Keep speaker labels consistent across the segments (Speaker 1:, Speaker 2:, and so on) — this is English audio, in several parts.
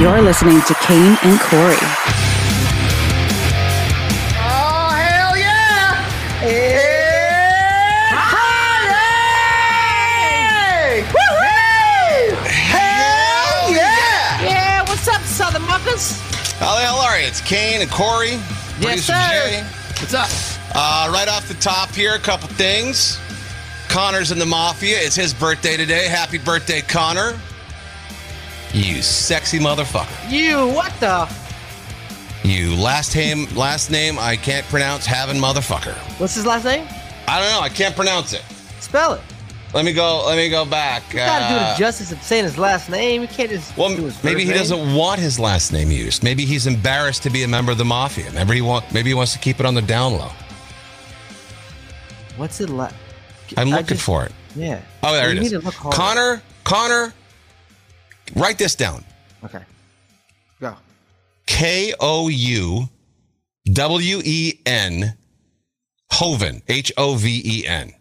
Speaker 1: You're listening to Kane and Corey.
Speaker 2: Oh, hell yeah! It's Friday! Woo-hoo! Hell yeah!
Speaker 3: Yeah, what's up, Southern Muckers?
Speaker 4: How the hell are you? It's Kane and Corey.
Speaker 3: Yes,
Speaker 4: producer
Speaker 3: sir.
Speaker 4: Jay.
Speaker 3: What's up?
Speaker 4: Uh, right off the top here, a couple things. Connor's in the Mafia. It's his birthday today. Happy birthday, Connor. You sexy motherfucker.
Speaker 3: You, what the?
Speaker 4: You last name, last name I can't pronounce, having motherfucker.
Speaker 3: What's his last name?
Speaker 4: I don't know. I can't pronounce it.
Speaker 3: Spell it.
Speaker 4: Let me go. Let me go back.
Speaker 3: You gotta do
Speaker 4: Uh,
Speaker 3: the justice of saying his last name. You can't just
Speaker 4: Well,
Speaker 3: do his
Speaker 4: maybe
Speaker 3: first
Speaker 4: he
Speaker 3: name.
Speaker 4: doesn't want his last name used. Maybe he's embarrassed to be a member of the mafia. Maybe he want, Maybe he wants to keep it on the down low.
Speaker 3: What's it like?
Speaker 4: I'm
Speaker 3: I
Speaker 4: looking
Speaker 3: just-
Speaker 4: for it.
Speaker 3: Yeah.
Speaker 4: Oh, there
Speaker 3: you
Speaker 4: it
Speaker 3: need
Speaker 4: is.
Speaker 3: To look harder.
Speaker 4: Connor, Connor, write this down.
Speaker 3: Okay. Go.
Speaker 4: K O U W E N Hoven, H O V E N.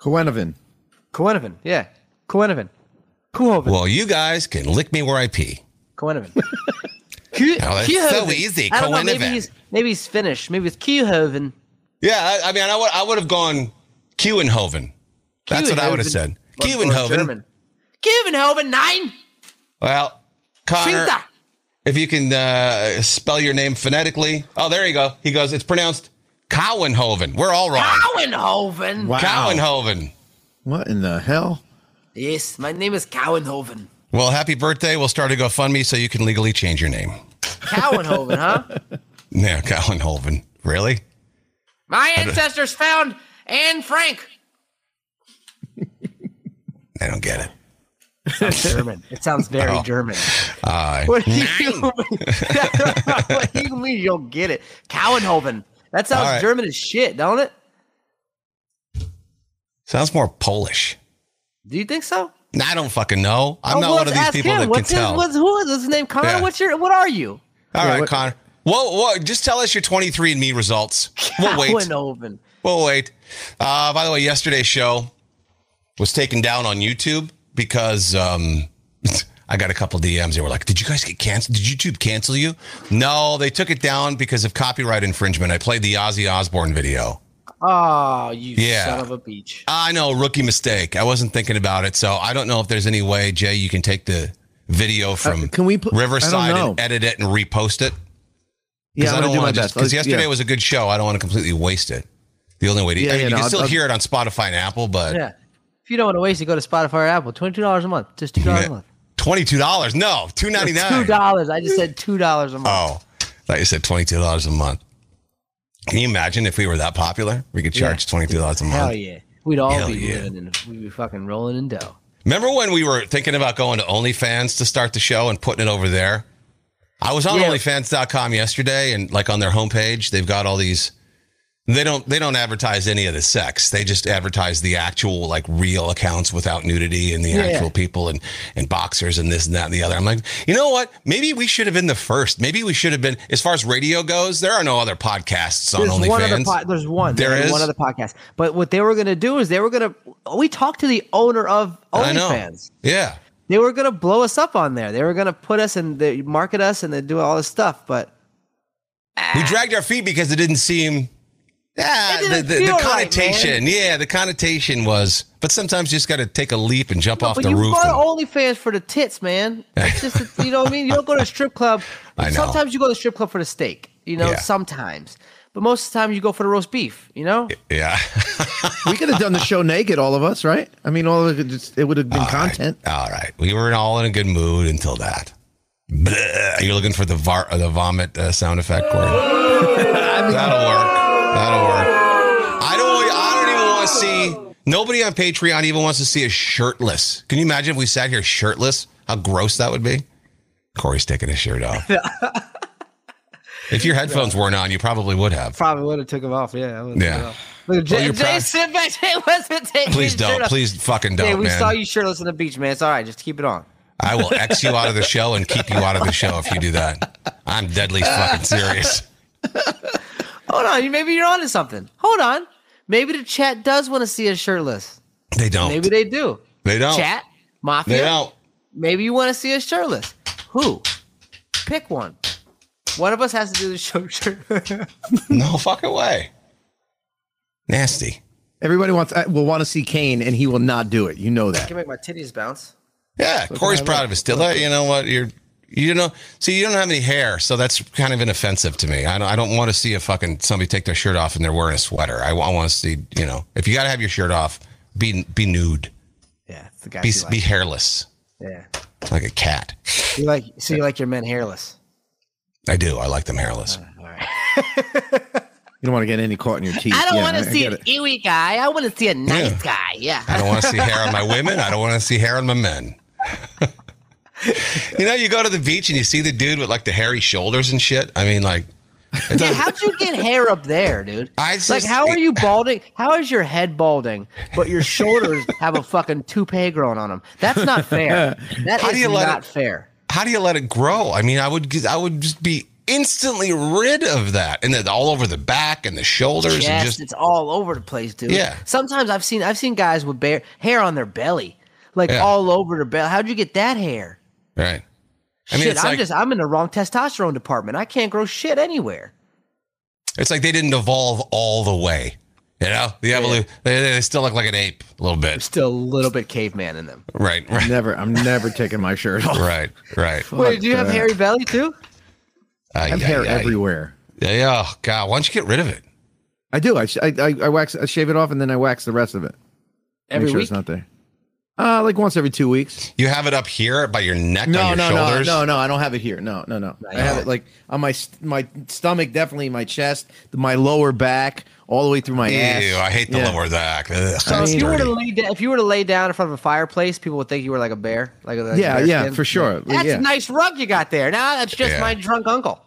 Speaker 2: Quenvin.
Speaker 3: Quinovan. Yeah. Quinovan. Kuhovan.
Speaker 4: Well, you guys can lick me where I pee.
Speaker 3: Quinovan.
Speaker 4: Now, Oh, that's so easy.
Speaker 3: I don't know. Maybe
Speaker 4: Kuhovan.
Speaker 3: he's, maybe he's Finnish. Maybe it's Kuhoven.
Speaker 4: Yeah, I, I mean, I would, I would have gone Kiewenhoven. That's what I would have said. Kiewenhoven.
Speaker 3: Kuhoven, nine.
Speaker 4: Well, Connor,
Speaker 3: Shinta.
Speaker 4: if you can uh, spell your name phonetically. Oh, there you go. He goes, it's pronounced Cowenhoven. We're all wrong.
Speaker 3: Cowenhoven.
Speaker 2: Wow.
Speaker 4: Cowenhoven.
Speaker 2: What in the hell?
Speaker 3: Yes, my name is Cowenhoven.
Speaker 4: Well, happy birthday. We'll start a GoFundMe so you can legally change your name.
Speaker 3: Cowenhoven, huh?
Speaker 4: Yeah, Colin Holvin. Really?
Speaker 3: My ancestors found Anne Frank.
Speaker 4: I don't get it.
Speaker 3: Sounds German. It sounds very
Speaker 4: Oh.
Speaker 3: German.
Speaker 4: Uh,
Speaker 3: What do you mean? what do you mean you'll get it? Cowenhoven. That sounds
Speaker 4: All right.
Speaker 3: German as shit, don't it?
Speaker 4: sounds more Polish.
Speaker 3: Do you think so?
Speaker 4: Nah, I don't fucking know. I'm
Speaker 3: Oh,
Speaker 4: not
Speaker 3: well,
Speaker 4: one of these
Speaker 3: ask
Speaker 4: people
Speaker 3: him.
Speaker 4: that
Speaker 3: what's
Speaker 4: can
Speaker 3: his,
Speaker 4: tell.
Speaker 3: What's, who is his name? Connor?
Speaker 4: Yeah.
Speaker 3: What's your? What are you?
Speaker 4: All right,
Speaker 2: what-
Speaker 4: Connor. Whoa, whoa. Just tell us your 23andMe results. We'll wait.
Speaker 3: Cowenhoven.
Speaker 4: We'll wait. Uh, by the way, yesterday's show was taken down on YouTube because um, I got a couple DMs. They were like, "Did you guys get canceled? Did YouTube cancel you?" No, they took it down because of copyright infringement. I played the Ozzy Osbourne video.
Speaker 3: Oh, you
Speaker 4: Yeah.
Speaker 3: son of a beach.
Speaker 4: I know, rookie mistake. I wasn't thinking about it. So I don't know if there's any way, Jay, you can take the video from
Speaker 2: Uh, can we put- I don't
Speaker 4: Riverside
Speaker 2: know.
Speaker 4: and edit it and repost it.
Speaker 2: Yeah, I'm
Speaker 4: I
Speaker 2: gonna
Speaker 4: don't
Speaker 2: do my
Speaker 4: want to
Speaker 2: best.
Speaker 4: just because
Speaker 2: I'll-
Speaker 4: yesterday
Speaker 2: yeah.
Speaker 4: was a good show. I don't want to completely waste it. The only way to,
Speaker 2: Yeah,
Speaker 4: I mean,
Speaker 2: yeah,
Speaker 4: you
Speaker 2: no,
Speaker 4: can
Speaker 2: I'll-
Speaker 4: still
Speaker 2: I'll-
Speaker 4: hear it on Spotify and Apple, but
Speaker 3: Yeah. If you don't want to waste it, go to Spotify or Apple. Twenty-two dollars a month. Just two dollars a month.
Speaker 4: twenty-two dollars, no, two
Speaker 3: Two
Speaker 4: ninety-nine.
Speaker 3: dollars. I just said two dollars a month.
Speaker 4: Oh, I thought you said twenty-two dollars a month. Can you imagine if we were that popular? We could charge twenty-two dollars a month.
Speaker 3: Hell yeah. We'd all
Speaker 4: Oh. Hell
Speaker 3: be
Speaker 4: yeah.
Speaker 3: living in we'd be fucking rolling in dough.
Speaker 4: Remember when we were thinking about going to OnlyFans to start the show and putting it over there? I was on
Speaker 3: Yeah.
Speaker 4: OnlyFans.com yesterday, and like on their homepage, they've got all these. They don't. They don't advertise any of the sex. They just advertise the actual, like, real accounts without nudity and the
Speaker 3: Yeah.
Speaker 4: actual people and and boxers and this and that and the other. I'm like, you know what? Maybe we should have been the first. Maybe we should have been. As far as radio goes, there are no other podcasts on
Speaker 3: There's
Speaker 4: OnlyFans.
Speaker 3: one other po- there's one.
Speaker 4: There
Speaker 3: There's
Speaker 4: is?
Speaker 3: one other podcast. But what they were gonna do is they were gonna we talked to the owner of
Speaker 4: I know.
Speaker 3: OnlyFans.
Speaker 4: Yeah.
Speaker 3: They were gonna blow us up on there. They were gonna put us and they market us and they do all this stuff, but
Speaker 4: We dragged our feet because it didn't seem. Yeah,
Speaker 3: Ah. It didn't
Speaker 4: the, the, the
Speaker 3: feel right,
Speaker 4: connotation. yeah, the connotation was. But sometimes you just got to take a leap and jump off
Speaker 3: but
Speaker 4: the
Speaker 3: you
Speaker 4: roof.
Speaker 3: go to
Speaker 4: and-
Speaker 3: OnlyFans for the tits, man. It's just you know what I mean? You don't go to a strip club.
Speaker 4: I know.
Speaker 3: Sometimes you go to a strip club for the steak, you know,
Speaker 4: Yeah.
Speaker 3: sometimes. But most of the time you go for the roast beef, you know?
Speaker 4: yeah.
Speaker 2: We could have done the show naked, all of us, right? I mean, all of it, just, it would have been content.
Speaker 4: All right. We were all in a good mood until that. Bleh. You're looking for the var- the vomit uh, sound effect, Corey. That'll work. That'll work. I don't. want- I don't even want to see. Nobody on Patreon even wants to see us shirtless. Can you imagine if we sat here shirtless? How gross that would be. Corey's taking his shirt off. if your headphones weren't on, you probably would have.
Speaker 3: Probably would have took him off. Yeah. I would've
Speaker 4: Yeah.
Speaker 3: took him off. Look, Jay,
Speaker 4: you're
Speaker 3: Jay
Speaker 4: proud-
Speaker 3: sit back. Jay wasn't taking
Speaker 4: Please
Speaker 3: his shirt
Speaker 4: don't.
Speaker 3: off.
Speaker 4: Please fucking don't,
Speaker 3: Jay, we
Speaker 4: man.
Speaker 3: saw you shirtless on the beach, man. It's all right. Just keep it on.
Speaker 4: I will X you out of the show and keep you out of the show if you do that. I'm deadly fucking serious.
Speaker 3: Hold on. You maybe you're onto something. Hold on. Maybe the chat does want to see us shirtless.
Speaker 4: They don't.
Speaker 3: Maybe they do.
Speaker 4: They don't.
Speaker 3: Chat mafia.
Speaker 4: They don't.
Speaker 3: Maybe you want to see us shirtless. Who? Pick one. One of us has to do the show shirt.
Speaker 4: No fucking way. Nasty.
Speaker 2: Everybody wants uh, will want to see Kane, and he will not do it. You know that.
Speaker 3: can make my titties bounce.
Speaker 4: Yeah, Corey's proud of his still. You know what? You're you know see you don't have any hair, so that's kind of inoffensive to me. I don't I don't want to see a fucking somebody take their shirt off and they're wearing a sweater. I, want to see you know if you got to have your shirt off, be be nude,
Speaker 3: Yeah, it's the guy.
Speaker 4: be
Speaker 3: you like.
Speaker 4: be hairless
Speaker 3: yeah,
Speaker 4: like a cat.
Speaker 3: you like so you like your men hairless.
Speaker 4: I do. I like them hairless.
Speaker 2: You don't want to get any caught in your teeth.
Speaker 3: I don't
Speaker 2: Yeah,
Speaker 3: want to see
Speaker 2: get
Speaker 3: an ewy guy. I want to see a nice guy. Yeah.
Speaker 4: I don't want to see hair on my women. I don't want to see hair on my men. you know, you go to the beach and you see the dude with like the hairy shoulders and shit. I mean, like, it
Speaker 3: Yeah,
Speaker 4: doesn't-
Speaker 3: how'd you get hair up there, dude?
Speaker 4: I
Speaker 3: like,
Speaker 4: just-
Speaker 3: how are you balding? How is your head balding, but your shoulders have a fucking toupee growing on them? That's not fair. That
Speaker 4: How do
Speaker 3: is
Speaker 4: you let
Speaker 3: not
Speaker 4: it-
Speaker 3: fair.
Speaker 4: how do you let it grow? I mean, I would, g- I would just be instantly rid of that, and then all over the back and the shoulders,
Speaker 3: Yes,
Speaker 4: and just
Speaker 3: it's all over the place, dude.
Speaker 4: Yeah.
Speaker 3: Sometimes I've seen I've seen guys with bare hair on their belly, like
Speaker 4: Yeah.
Speaker 3: all over their belly. How'd you get that hair?
Speaker 4: right. I mean,
Speaker 3: shit,
Speaker 4: it's
Speaker 3: I'm
Speaker 4: like
Speaker 3: just I'm in the wrong testosterone department. I can't grow shit anywhere.
Speaker 4: it's like they didn't evolve all the way. You know, the evolution. They, they still look like an ape a little bit.
Speaker 3: Still a little bit caveman in them.
Speaker 4: Right, right,
Speaker 2: Never. I'm never taking my shirt off.
Speaker 4: right, right.
Speaker 3: Wait, do you have
Speaker 2: that.
Speaker 3: hairy belly too?
Speaker 4: Ay,
Speaker 2: I have
Speaker 4: ay,
Speaker 2: hair
Speaker 4: ay.
Speaker 2: everywhere.
Speaker 4: Yeah, yeah. Oh, God, why don't you get rid of it?
Speaker 2: I do. I, sh- I I I wax. I shave it off, and then I wax the rest of it.
Speaker 3: Every
Speaker 2: Make sure
Speaker 3: week.
Speaker 2: it's not there. Uh, like once every two weeks.
Speaker 4: You have it up here by your neck on your shoulders.
Speaker 2: no, no, no. I don't have it here. No, no, no. I have it like on my st- my stomach, definitely my chest, my lower back, all the way through my
Speaker 4: Ew,
Speaker 2: ass.
Speaker 4: I hate the
Speaker 2: Yeah.
Speaker 4: lower back. Ugh,
Speaker 3: So
Speaker 4: that's
Speaker 3: if you were to
Speaker 4: dirty.
Speaker 3: lay down, if you were to lay down in front of a fireplace, people would think you were like a bear. Like, like
Speaker 2: Yeah,
Speaker 3: bear
Speaker 2: yeah,
Speaker 3: skin.
Speaker 2: for sure.
Speaker 3: That's
Speaker 2: Yeah.
Speaker 3: a nice rug you got there. Now that's just
Speaker 4: Yeah.
Speaker 3: my drunk uncle.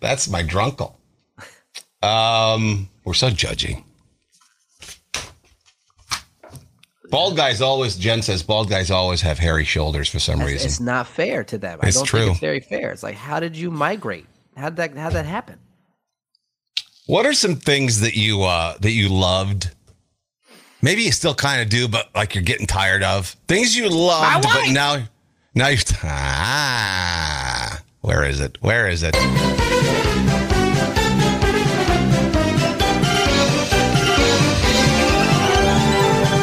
Speaker 4: That's my drunkle. Um, we're so judging. Bald guys always. Jen says bald guys always have hairy shoulders for some reason.
Speaker 3: It's not fair to them.
Speaker 4: It's
Speaker 3: I don't
Speaker 4: true.
Speaker 3: think it's very fair. It's like, how did you migrate? How did that? How that happen?
Speaker 4: What are some things that you uh that you loved? Maybe you still kind of do, but like you're getting tired of things you loved,
Speaker 3: My
Speaker 4: but
Speaker 3: wife!
Speaker 4: now now you ah where is it? Where is it?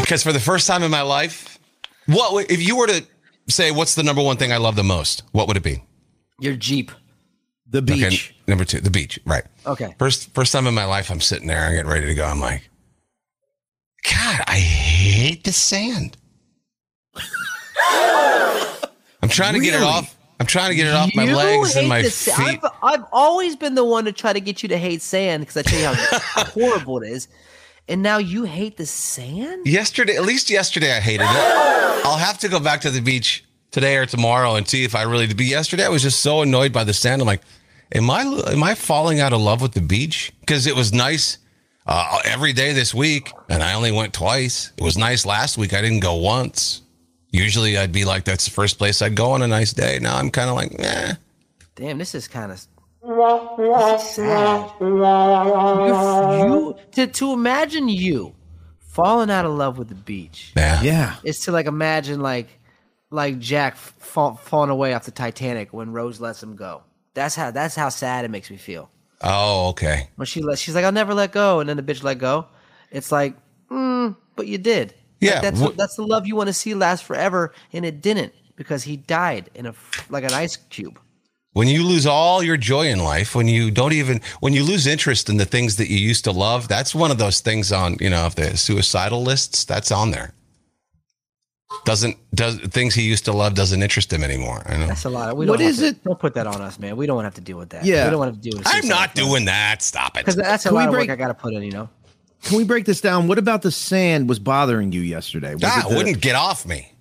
Speaker 4: Because for the first time in my life, what would- if you were to say what's the number one thing I love the most? What would it be?
Speaker 3: Your Jeep.
Speaker 2: The beach.
Speaker 4: Okay, number two, the beach. Right.
Speaker 3: Okay.
Speaker 4: First first time in my life I'm sitting there, I'm getting ready to go. I'm like, God, I hate the sand. I'm trying to get it
Speaker 2: Really?
Speaker 4: off. I'm trying to get it off my
Speaker 3: You
Speaker 4: legs and
Speaker 3: hate
Speaker 4: my
Speaker 3: the
Speaker 4: feet.
Speaker 3: sa- I've, I've always been the one to try to get you to hate sand because I tell you how horrible it is, and now you hate the sand.
Speaker 4: yesterday, at least yesterday I hated it. I'll have to go back to the beach today or tomorrow and see if I really be yesterday I was just so annoyed by the sand. I'm like, am I am I falling out of love with the beach? Cuz it was nice uh, every day this week and I only went twice. It was nice last week. I didn't go once. Usually I'd be like that's the first place I'd go on a nice day. Now I'm kind of like, eh.
Speaker 3: Damn, this is kind of sad. You, you- to, to imagine you falling out of love with the beach
Speaker 4: Yeah.
Speaker 2: Yeah.
Speaker 3: is to like imagine like like Jack fall, falling away off the Titanic when Rose lets him go. That's how that's how sad it makes me feel.
Speaker 4: Oh, okay.
Speaker 3: When she let, she's like, "I'll never let go," and then the bitch let go. It's like, mm, but you did. Like,
Speaker 4: Yeah,
Speaker 3: that's
Speaker 4: wh-
Speaker 3: what, that's the love you want to see last forever, and it didn't because he died in a f- like an ice cube.
Speaker 4: when you lose all your joy in life when you don't even when you lose interest in the things that you used to love that's one of those things on you know if the suicidal lists that's on there doesn't does things he used to love doesn't interest him anymore i know
Speaker 3: That's a lot. We
Speaker 2: What
Speaker 3: don't have
Speaker 2: is
Speaker 3: to-
Speaker 2: it-
Speaker 3: Don't put that on us, man. We don't have to deal with that.
Speaker 2: Yeah.
Speaker 3: we don't want to deal with.
Speaker 4: i'm not doing that stop it
Speaker 3: because that's a
Speaker 2: Can we
Speaker 3: lot of
Speaker 2: break-
Speaker 3: work I got to put in. You know,
Speaker 2: Can we break this down? What about the sand was bothering you yesterday? Was
Speaker 4: that
Speaker 2: it the-
Speaker 4: Ah, wouldn't get off me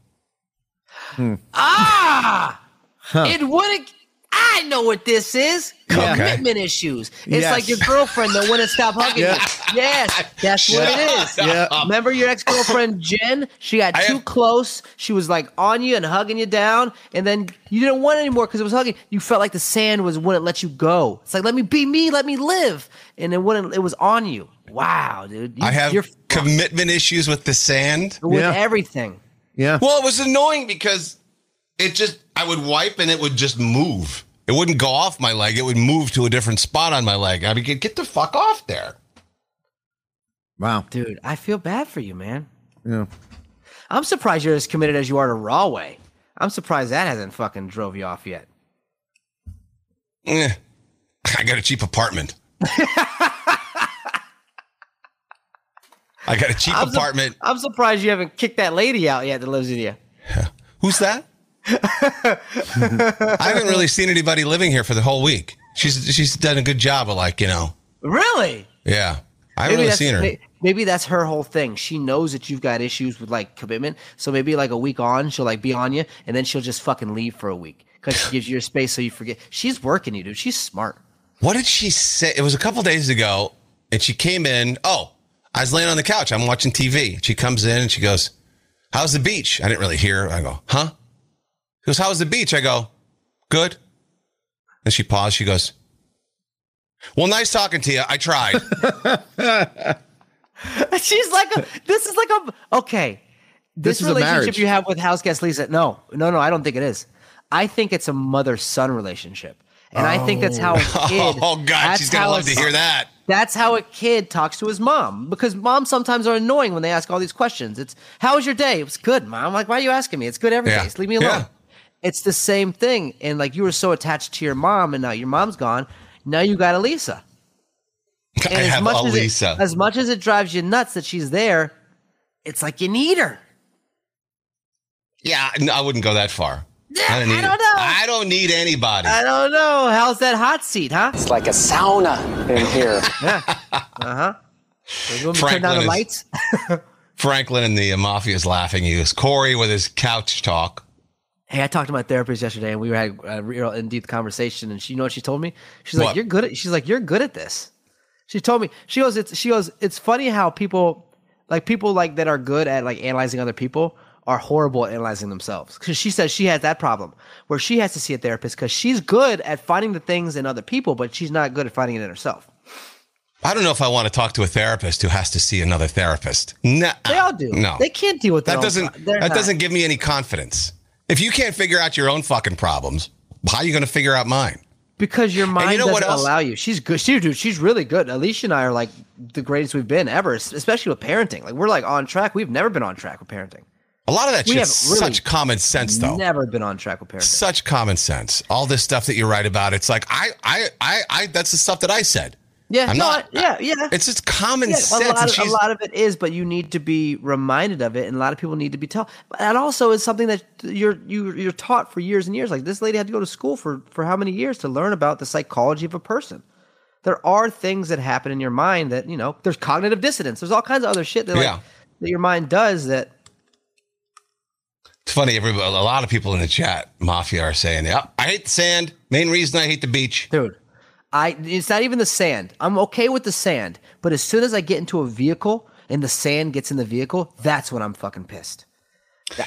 Speaker 3: ah, it wouldn't. I know what this is.
Speaker 2: Yeah.
Speaker 3: Commitment issues. It's
Speaker 2: Yes.
Speaker 3: like your girlfriend that wouldn't stop hugging
Speaker 2: Yeah.
Speaker 3: you. Yes, that's what it is.
Speaker 2: Yeah.
Speaker 3: Remember your ex girlfriend Jen? She got
Speaker 4: I
Speaker 3: too
Speaker 4: have-
Speaker 3: close. She was like on you and hugging you down, and then you didn't want anymore because it was hugging. You felt like the sand was wouldn't let you go. It's like let me be me, let me live, and it wouldn't. It was on you. Wow, dude. You,
Speaker 4: i have
Speaker 3: you're
Speaker 4: commitment issues with the sand
Speaker 3: with
Speaker 2: Yeah.
Speaker 3: everything.
Speaker 2: Yeah.
Speaker 4: Well, it was annoying because it just I would wipe and it would just move. It wouldn't go off my leg. It would move to a different spot on my leg. I mean, get get the fuck off there.
Speaker 2: Wow.
Speaker 3: Dude, I feel bad for you, man.
Speaker 2: Yeah.
Speaker 3: I'm surprised you're as committed as you are to Rawway. I'm surprised that hasn't fucking drove you off yet.
Speaker 4: Eh. I got a cheap apartment. I got a cheap
Speaker 3: I'm su-
Speaker 4: apartment.
Speaker 3: I'm surprised you haven't kicked that lady out yet that lives with you.
Speaker 4: Who's that? I haven't really seen anybody living here for the whole week. She's she's done a good job of like you know,
Speaker 3: Really?
Speaker 4: yeah. I haven't really
Speaker 3: that's,
Speaker 4: seen her.
Speaker 3: may- Maybe that's her whole thing. She knows that you've got issues with like commitment, so maybe like a week on, she'll like be on you, and then she'll just fucking leave for a week because she gives you your space, so you forget. She's working you, dude. She's smart.
Speaker 4: What did she say? It was a couple days ago, and she came in. Oh, I was laying on the couch. I'm watching TV. She comes in and she goes, "How's the beach?" I didn't really hear. I go, "Huh?" She goes, "How's the beach?" I go, "Good." And she paused. She goes, "Well, nice talking to you. I tried."
Speaker 3: She's like, a, this is like a okay. This,
Speaker 2: This is a
Speaker 3: relationship
Speaker 2: marriage.
Speaker 3: you have with house guest Lisa. No, no, no. I don't think it is. I think it's a mother son relationship, and I think that's how a kid.
Speaker 4: oh God,
Speaker 3: that's
Speaker 4: she's gonna
Speaker 3: how
Speaker 4: love
Speaker 3: a
Speaker 4: to hear
Speaker 3: son-
Speaker 4: that.
Speaker 3: That's how a kid talks to his mom because moms sometimes are annoying when they ask all these questions. It's how was your day? It was good, mom. Like, why are you asking me? It's good every day.
Speaker 4: Yeah.
Speaker 3: Just leave me alone.
Speaker 4: Yeah.
Speaker 3: It's the same thing. And like you were so attached to your mom, and now your mom's gone. Now you got a Lisa.
Speaker 4: I
Speaker 3: And as
Speaker 4: have
Speaker 3: much as it-
Speaker 4: Elisa.
Speaker 3: as much as it drives you nuts that she's there, it's like you need her.
Speaker 4: yeah, no, I wouldn't go that far.
Speaker 3: I
Speaker 4: need,
Speaker 3: don't know. Uh,
Speaker 4: I don't need anybody.
Speaker 3: I don't know. How's that hot seat, huh?
Speaker 5: It's like a sauna in here.
Speaker 3: You want me to Uh-huh. turn down
Speaker 4: Franklin
Speaker 3: the
Speaker 4: is-
Speaker 3: lights?
Speaker 4: Franklin and the uh, mafia is laughing. He goes, Corey with his couch talk.
Speaker 3: Hey, I talked to my therapist yesterday, and we had a real in-depth conversation. And she, you know what she told me? She's like,
Speaker 4: What?
Speaker 3: "You're good." At, she's like, "You're good at this." She told me. She goes, "It's." She goes, "It's funny how people, like people like that are good at like analyzing other people, are horrible at analyzing themselves." Because she says she has that problem where she has to see a therapist because she's good at finding the things in other people, but she's not good at finding it in herself.
Speaker 4: I don't know if I want to talk to a therapist who has to see another therapist. No,
Speaker 3: They all do.
Speaker 4: No,
Speaker 3: they can't deal with their
Speaker 4: that
Speaker 3: own
Speaker 4: doesn't
Speaker 3: pro- they're
Speaker 4: that
Speaker 3: not.
Speaker 4: doesn't give me any confidence. If you can't figure out your own fucking problems, how are you going to figure out mine?
Speaker 3: because your mind
Speaker 4: you know what
Speaker 3: doesn't
Speaker 4: else?
Speaker 3: allow you. She's good. She, dude, she's really good. Alicia and I are like the greatest we've been ever, es- especially with parenting. Like we're like on track. We've never been on track with parenting.
Speaker 4: A lot of that
Speaker 3: We
Speaker 4: shit's
Speaker 3: have really
Speaker 4: such common sense, though.
Speaker 3: Never been on track with parenting.
Speaker 4: Such common sense. All this stuff that you write about, it's like I, I, I, I. That's the stuff that I said.
Speaker 3: Yeah,
Speaker 4: I'm
Speaker 3: no,
Speaker 4: not.
Speaker 3: I- yeah, yeah.
Speaker 4: It's just common
Speaker 3: Yeah,
Speaker 4: sense.
Speaker 3: a lot,
Speaker 4: and
Speaker 3: of, a
Speaker 4: she's,
Speaker 3: lot of it is, but you need to be reminded of it, and a lot of people need to be taught. But that also is something that you're you, you're taught for years and years. Like this lady had to go to school for for how many years to learn about the psychology of a person. There are things that happen in your mind that you know. There's cognitive dissonance. There's all kinds of other shit that like,
Speaker 4: Yeah.
Speaker 3: that your mind does that.
Speaker 4: It's funny. Everybody, a lot of people in the chat, mafia, are saying, "Yep, I hate the sand. Main reason I hate the beach."
Speaker 3: dude. I it's not even the sand. I'm okay with the sand, but as soon as I get into a vehicle and the sand gets in the vehicle, that's when I'm fucking pissed.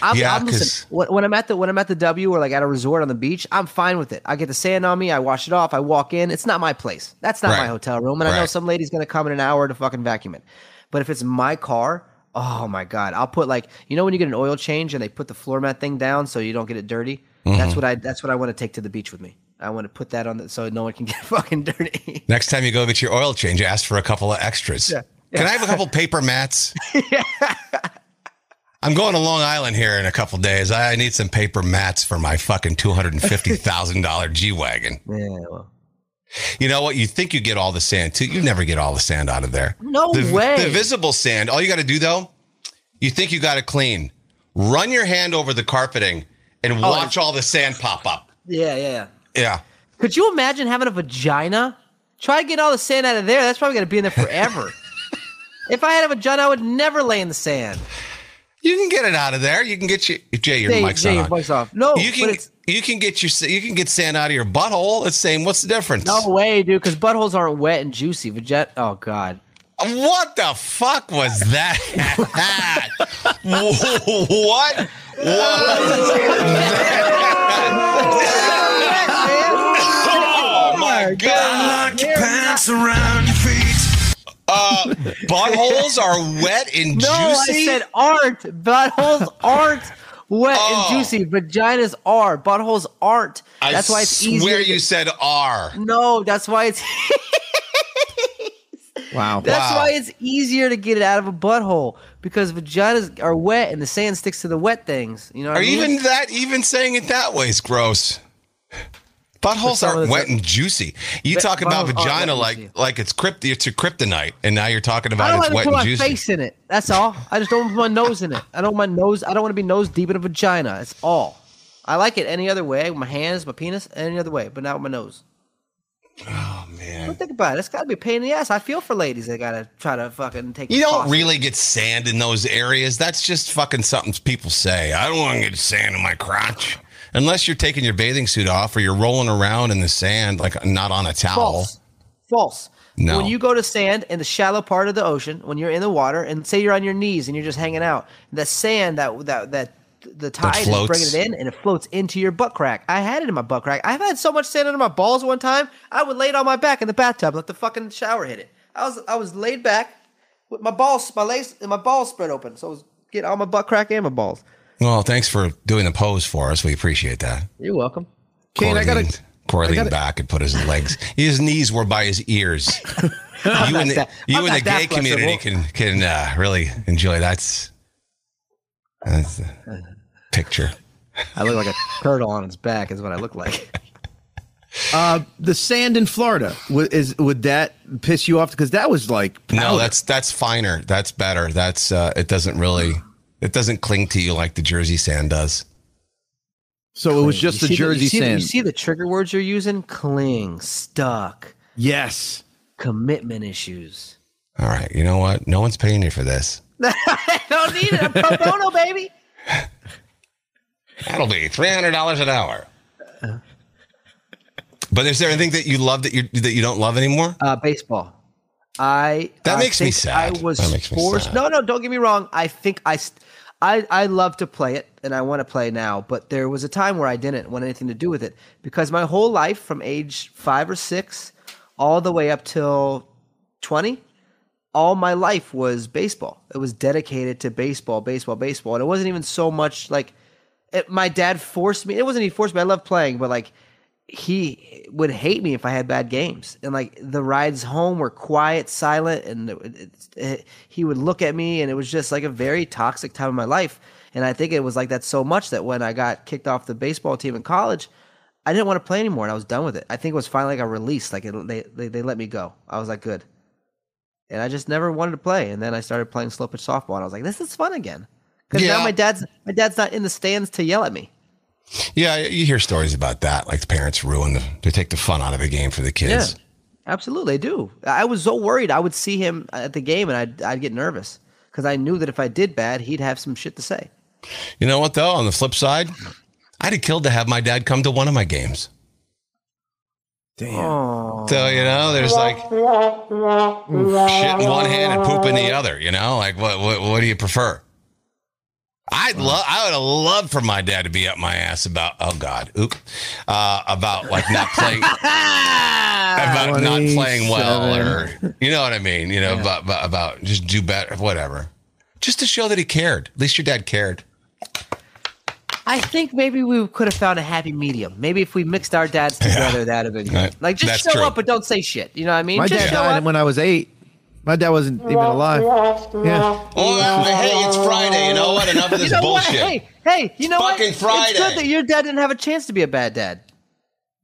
Speaker 3: I'm,
Speaker 4: Yeah,
Speaker 3: I'm,
Speaker 4: 'cause-
Speaker 3: listen, when, when I'm at the when I'm at the W or like at a resort on the beach, I'm fine with it. I get the sand on me, I wash it off, I walk in. It's not my place. That's not my
Speaker 4: Right.
Speaker 3: hotel room, and I know
Speaker 4: Right.
Speaker 3: some lady's gonna come in an hour to fucking vacuum it. But if it's my car, oh my god, I'll put like you know when you get an oil change and they put the floor mat thing down so you don't get it dirty.
Speaker 4: Mm-hmm.
Speaker 3: That's what I that's what I want to take to the beach with me. I want to put that on the, so no one can get fucking dirty.
Speaker 4: Next time you go get your oil change, ask for a couple of extras. Can I have a couple paper mats? I'm going to Long Island here in a couple days. I need some paper mats for my fucking two hundred and fifty thousand dollar G wagon.
Speaker 3: yeah, well.
Speaker 4: You know what? You think you get all the sand too? You never get all the sand out of there.
Speaker 3: No
Speaker 4: the,
Speaker 3: way.
Speaker 4: The visible sand. All you got to do though, you think you got to clean. Run your hand over the carpeting and watch all the sand pop up.
Speaker 3: yeah, yeah, Oh, yeah.
Speaker 4: Yeah.
Speaker 3: Could you imagine having a vagina? Try to get all the sand out of there. That's probably gonna be in there forever. if I had a vagina, I would never lay in the sand.
Speaker 4: You can get it out of there. You can get your Jay. Your
Speaker 3: Jay-
Speaker 4: mic's
Speaker 3: Jay,
Speaker 4: not
Speaker 3: your
Speaker 4: on.
Speaker 3: mic's off. No,
Speaker 4: you
Speaker 3: Oh, but
Speaker 4: can
Speaker 3: it's-
Speaker 4: you can get your you can get sand out of your butthole. It's saying what's the difference?
Speaker 3: No way, dude. Because buttholes aren't wet and juicy. Vajet. Oh god.
Speaker 4: What the fuck was that? what? Oh What? Oh my god!
Speaker 3: Oh
Speaker 6: Pants around your feet.
Speaker 4: Uh, buttholes are wet and
Speaker 3: No,
Speaker 4: juicy.
Speaker 3: I said aren't. Buttholes aren't wet
Speaker 4: Oh.
Speaker 3: and juicy. Vaginas are. Buttholes aren't.
Speaker 4: I
Speaker 3: That's why it's easier.
Speaker 4: swear
Speaker 3: to-
Speaker 4: you said R.
Speaker 3: no, that's why it's
Speaker 2: Wow.
Speaker 3: that's
Speaker 4: Wow.
Speaker 3: why it's easier to get it out of a butthole because vaginas are wet and the sand sticks to the wet things. You know, what
Speaker 4: Or
Speaker 3: I mean?
Speaker 4: even that, even saying it that way is gross. Buttholes
Speaker 3: some of
Speaker 4: aren't
Speaker 3: the-
Speaker 4: wet and juicy. You
Speaker 3: But
Speaker 4: talk about
Speaker 3: buttholes aren't wet
Speaker 4: vagina
Speaker 3: and
Speaker 4: like
Speaker 3: juicy.
Speaker 4: like it's crypt it's a kryptonite, and now you're talking
Speaker 3: I don't
Speaker 4: about
Speaker 3: like
Speaker 4: it's
Speaker 3: to
Speaker 4: wet
Speaker 3: put
Speaker 4: and
Speaker 3: my
Speaker 4: juicy.
Speaker 3: face in it. That's all. I just don't put my nose in it. I don't want my nose. I don't want to be nose deep in a vagina. That's all. I like it any other way. with My hands, my penis, any other way, but not with my nose.
Speaker 4: Oh, man.
Speaker 3: But think about it. It's got to be a pain in the ass. I feel for ladies that got to try to fucking take.
Speaker 4: You
Speaker 3: the
Speaker 4: don't
Speaker 3: toss.
Speaker 4: really get sand in those areas. That's just fucking something people say. I don't want to get sand in my crotch. Unless you're taking your bathing suit off or you're rolling around in the sand, like not on a towel.
Speaker 3: False. False.
Speaker 4: No.
Speaker 3: When you go to sand in the shallow part of the ocean, when you're in the water, and say you're on your knees and you're just hanging out, the sand that that that the tide is
Speaker 4: floats.
Speaker 3: bringing it in and it floats into your butt crack. I had it in my butt crack. I've had so much sand under my balls one time. I would lay it on my back in the bathtub, let the fucking shower hit it. I was I was laid back with my balls, my legs, and my balls spread open, so I was getting all my butt crack and my balls.
Speaker 4: Well, thanks for doing the pose for us. We appreciate that.
Speaker 3: You're welcome.
Speaker 2: Kane, I gotta-
Speaker 4: Corey leaned- Corey
Speaker 2: I gotta-
Speaker 4: leaned back and put his legs. His knees were by his ears. you and the,
Speaker 3: that-
Speaker 4: you
Speaker 3: I'm
Speaker 4: and the
Speaker 3: not that
Speaker 4: gay community can can uh, really enjoy that's that's the picture.
Speaker 3: I look like a turtle on its back is what I look like.
Speaker 2: Uh, the sand in Florida would, is would that piss you off? Because that was like
Speaker 4: No,
Speaker 2: powder.
Speaker 4: that's that's finer. That's better. That's uh, it doesn't really it doesn't cling to you like the Jersey sand does.
Speaker 2: so it was just the
Speaker 3: You see you
Speaker 2: Jersey
Speaker 3: see
Speaker 2: sand.
Speaker 3: you see the trigger words you're using? Cling, stuck,
Speaker 2: yes,
Speaker 3: commitment issues.
Speaker 4: All right, you know what? No one's paying you for this.
Speaker 3: I don't need it. I'm pro bono, baby.
Speaker 4: That'll be three hundred dollars an hour. But is there anything that you love that you that you don't love anymore?
Speaker 3: Uh, baseball. I
Speaker 4: That
Speaker 3: uh,
Speaker 4: makes me
Speaker 3: think
Speaker 4: sad.
Speaker 3: I was
Speaker 4: That makes me
Speaker 3: forced.
Speaker 4: sad.
Speaker 3: No, no, don't get me wrong. I think I, st- I, I love to play it, and I want to play now. But there was a time where I didn't want anything to do with it because my whole life, from age five or six, all the way up till twenty, all my life was baseball. It was dedicated to baseball, baseball, baseball, and it wasn't even so much like it, my dad forced me. It wasn't he forced me. I loved playing, but like he would hate me if I had bad games. And like the rides home were quiet, silent, and it, it, it- he would look at me, and it was just like a very toxic time in my life. And I think it was like that so much that when I got kicked off the baseball team in college, I didn't want to play anymore, and I was done with it. I think it was finally like a release. Like it, they, they they let me go. I was like good, and I just never wanted to play. And then I started playing slow pitch softball, and I was like, this is fun again. Because
Speaker 4: Yeah.
Speaker 3: now my dad's my dad's not in the stands to yell at me.
Speaker 4: Yeah, you hear stories about that. Like the parents ruin the, they take the fun out of the game for the kids.
Speaker 3: Absolutely, I do. I was so worried. I would see him at the game, and I'd I'd get nervous because I knew that if I did bad, he'd have some shit to say.
Speaker 4: You know what though? On the flip side, I'd have killed to have my dad come to one of my games.
Speaker 3: Oh,
Speaker 4: So you know, there's like shit in one hand and poop in the other. You know, like what what, what do you prefer? I'd love. I would have loved for my dad to be up my ass about. Oh God, oop, uh, about like not playing, about not playing well, or you know what I mean. You know, about, about about just do better, whatever. Just to show that he cared. At least your dad cared.
Speaker 3: I think maybe we could have found a happy medium. Maybe if we mixed our dads together, that'd have been
Speaker 4: Right.
Speaker 3: good. like just
Speaker 4: That's
Speaker 3: show
Speaker 4: true.
Speaker 3: up, but don't say shit. You know what I mean?
Speaker 2: my
Speaker 3: just
Speaker 2: dad
Speaker 3: show
Speaker 2: died
Speaker 3: up.
Speaker 2: when I was eight. My dad wasn't even alive. Yeah,
Speaker 4: Oh, hey, it's Friday. You know what? Enough of this
Speaker 3: You know what?
Speaker 4: bullshit.
Speaker 3: Hey, hey, you know what?
Speaker 4: Fucking
Speaker 3: It's
Speaker 4: Friday.
Speaker 3: good that your dad didn't have a chance to be a bad dad,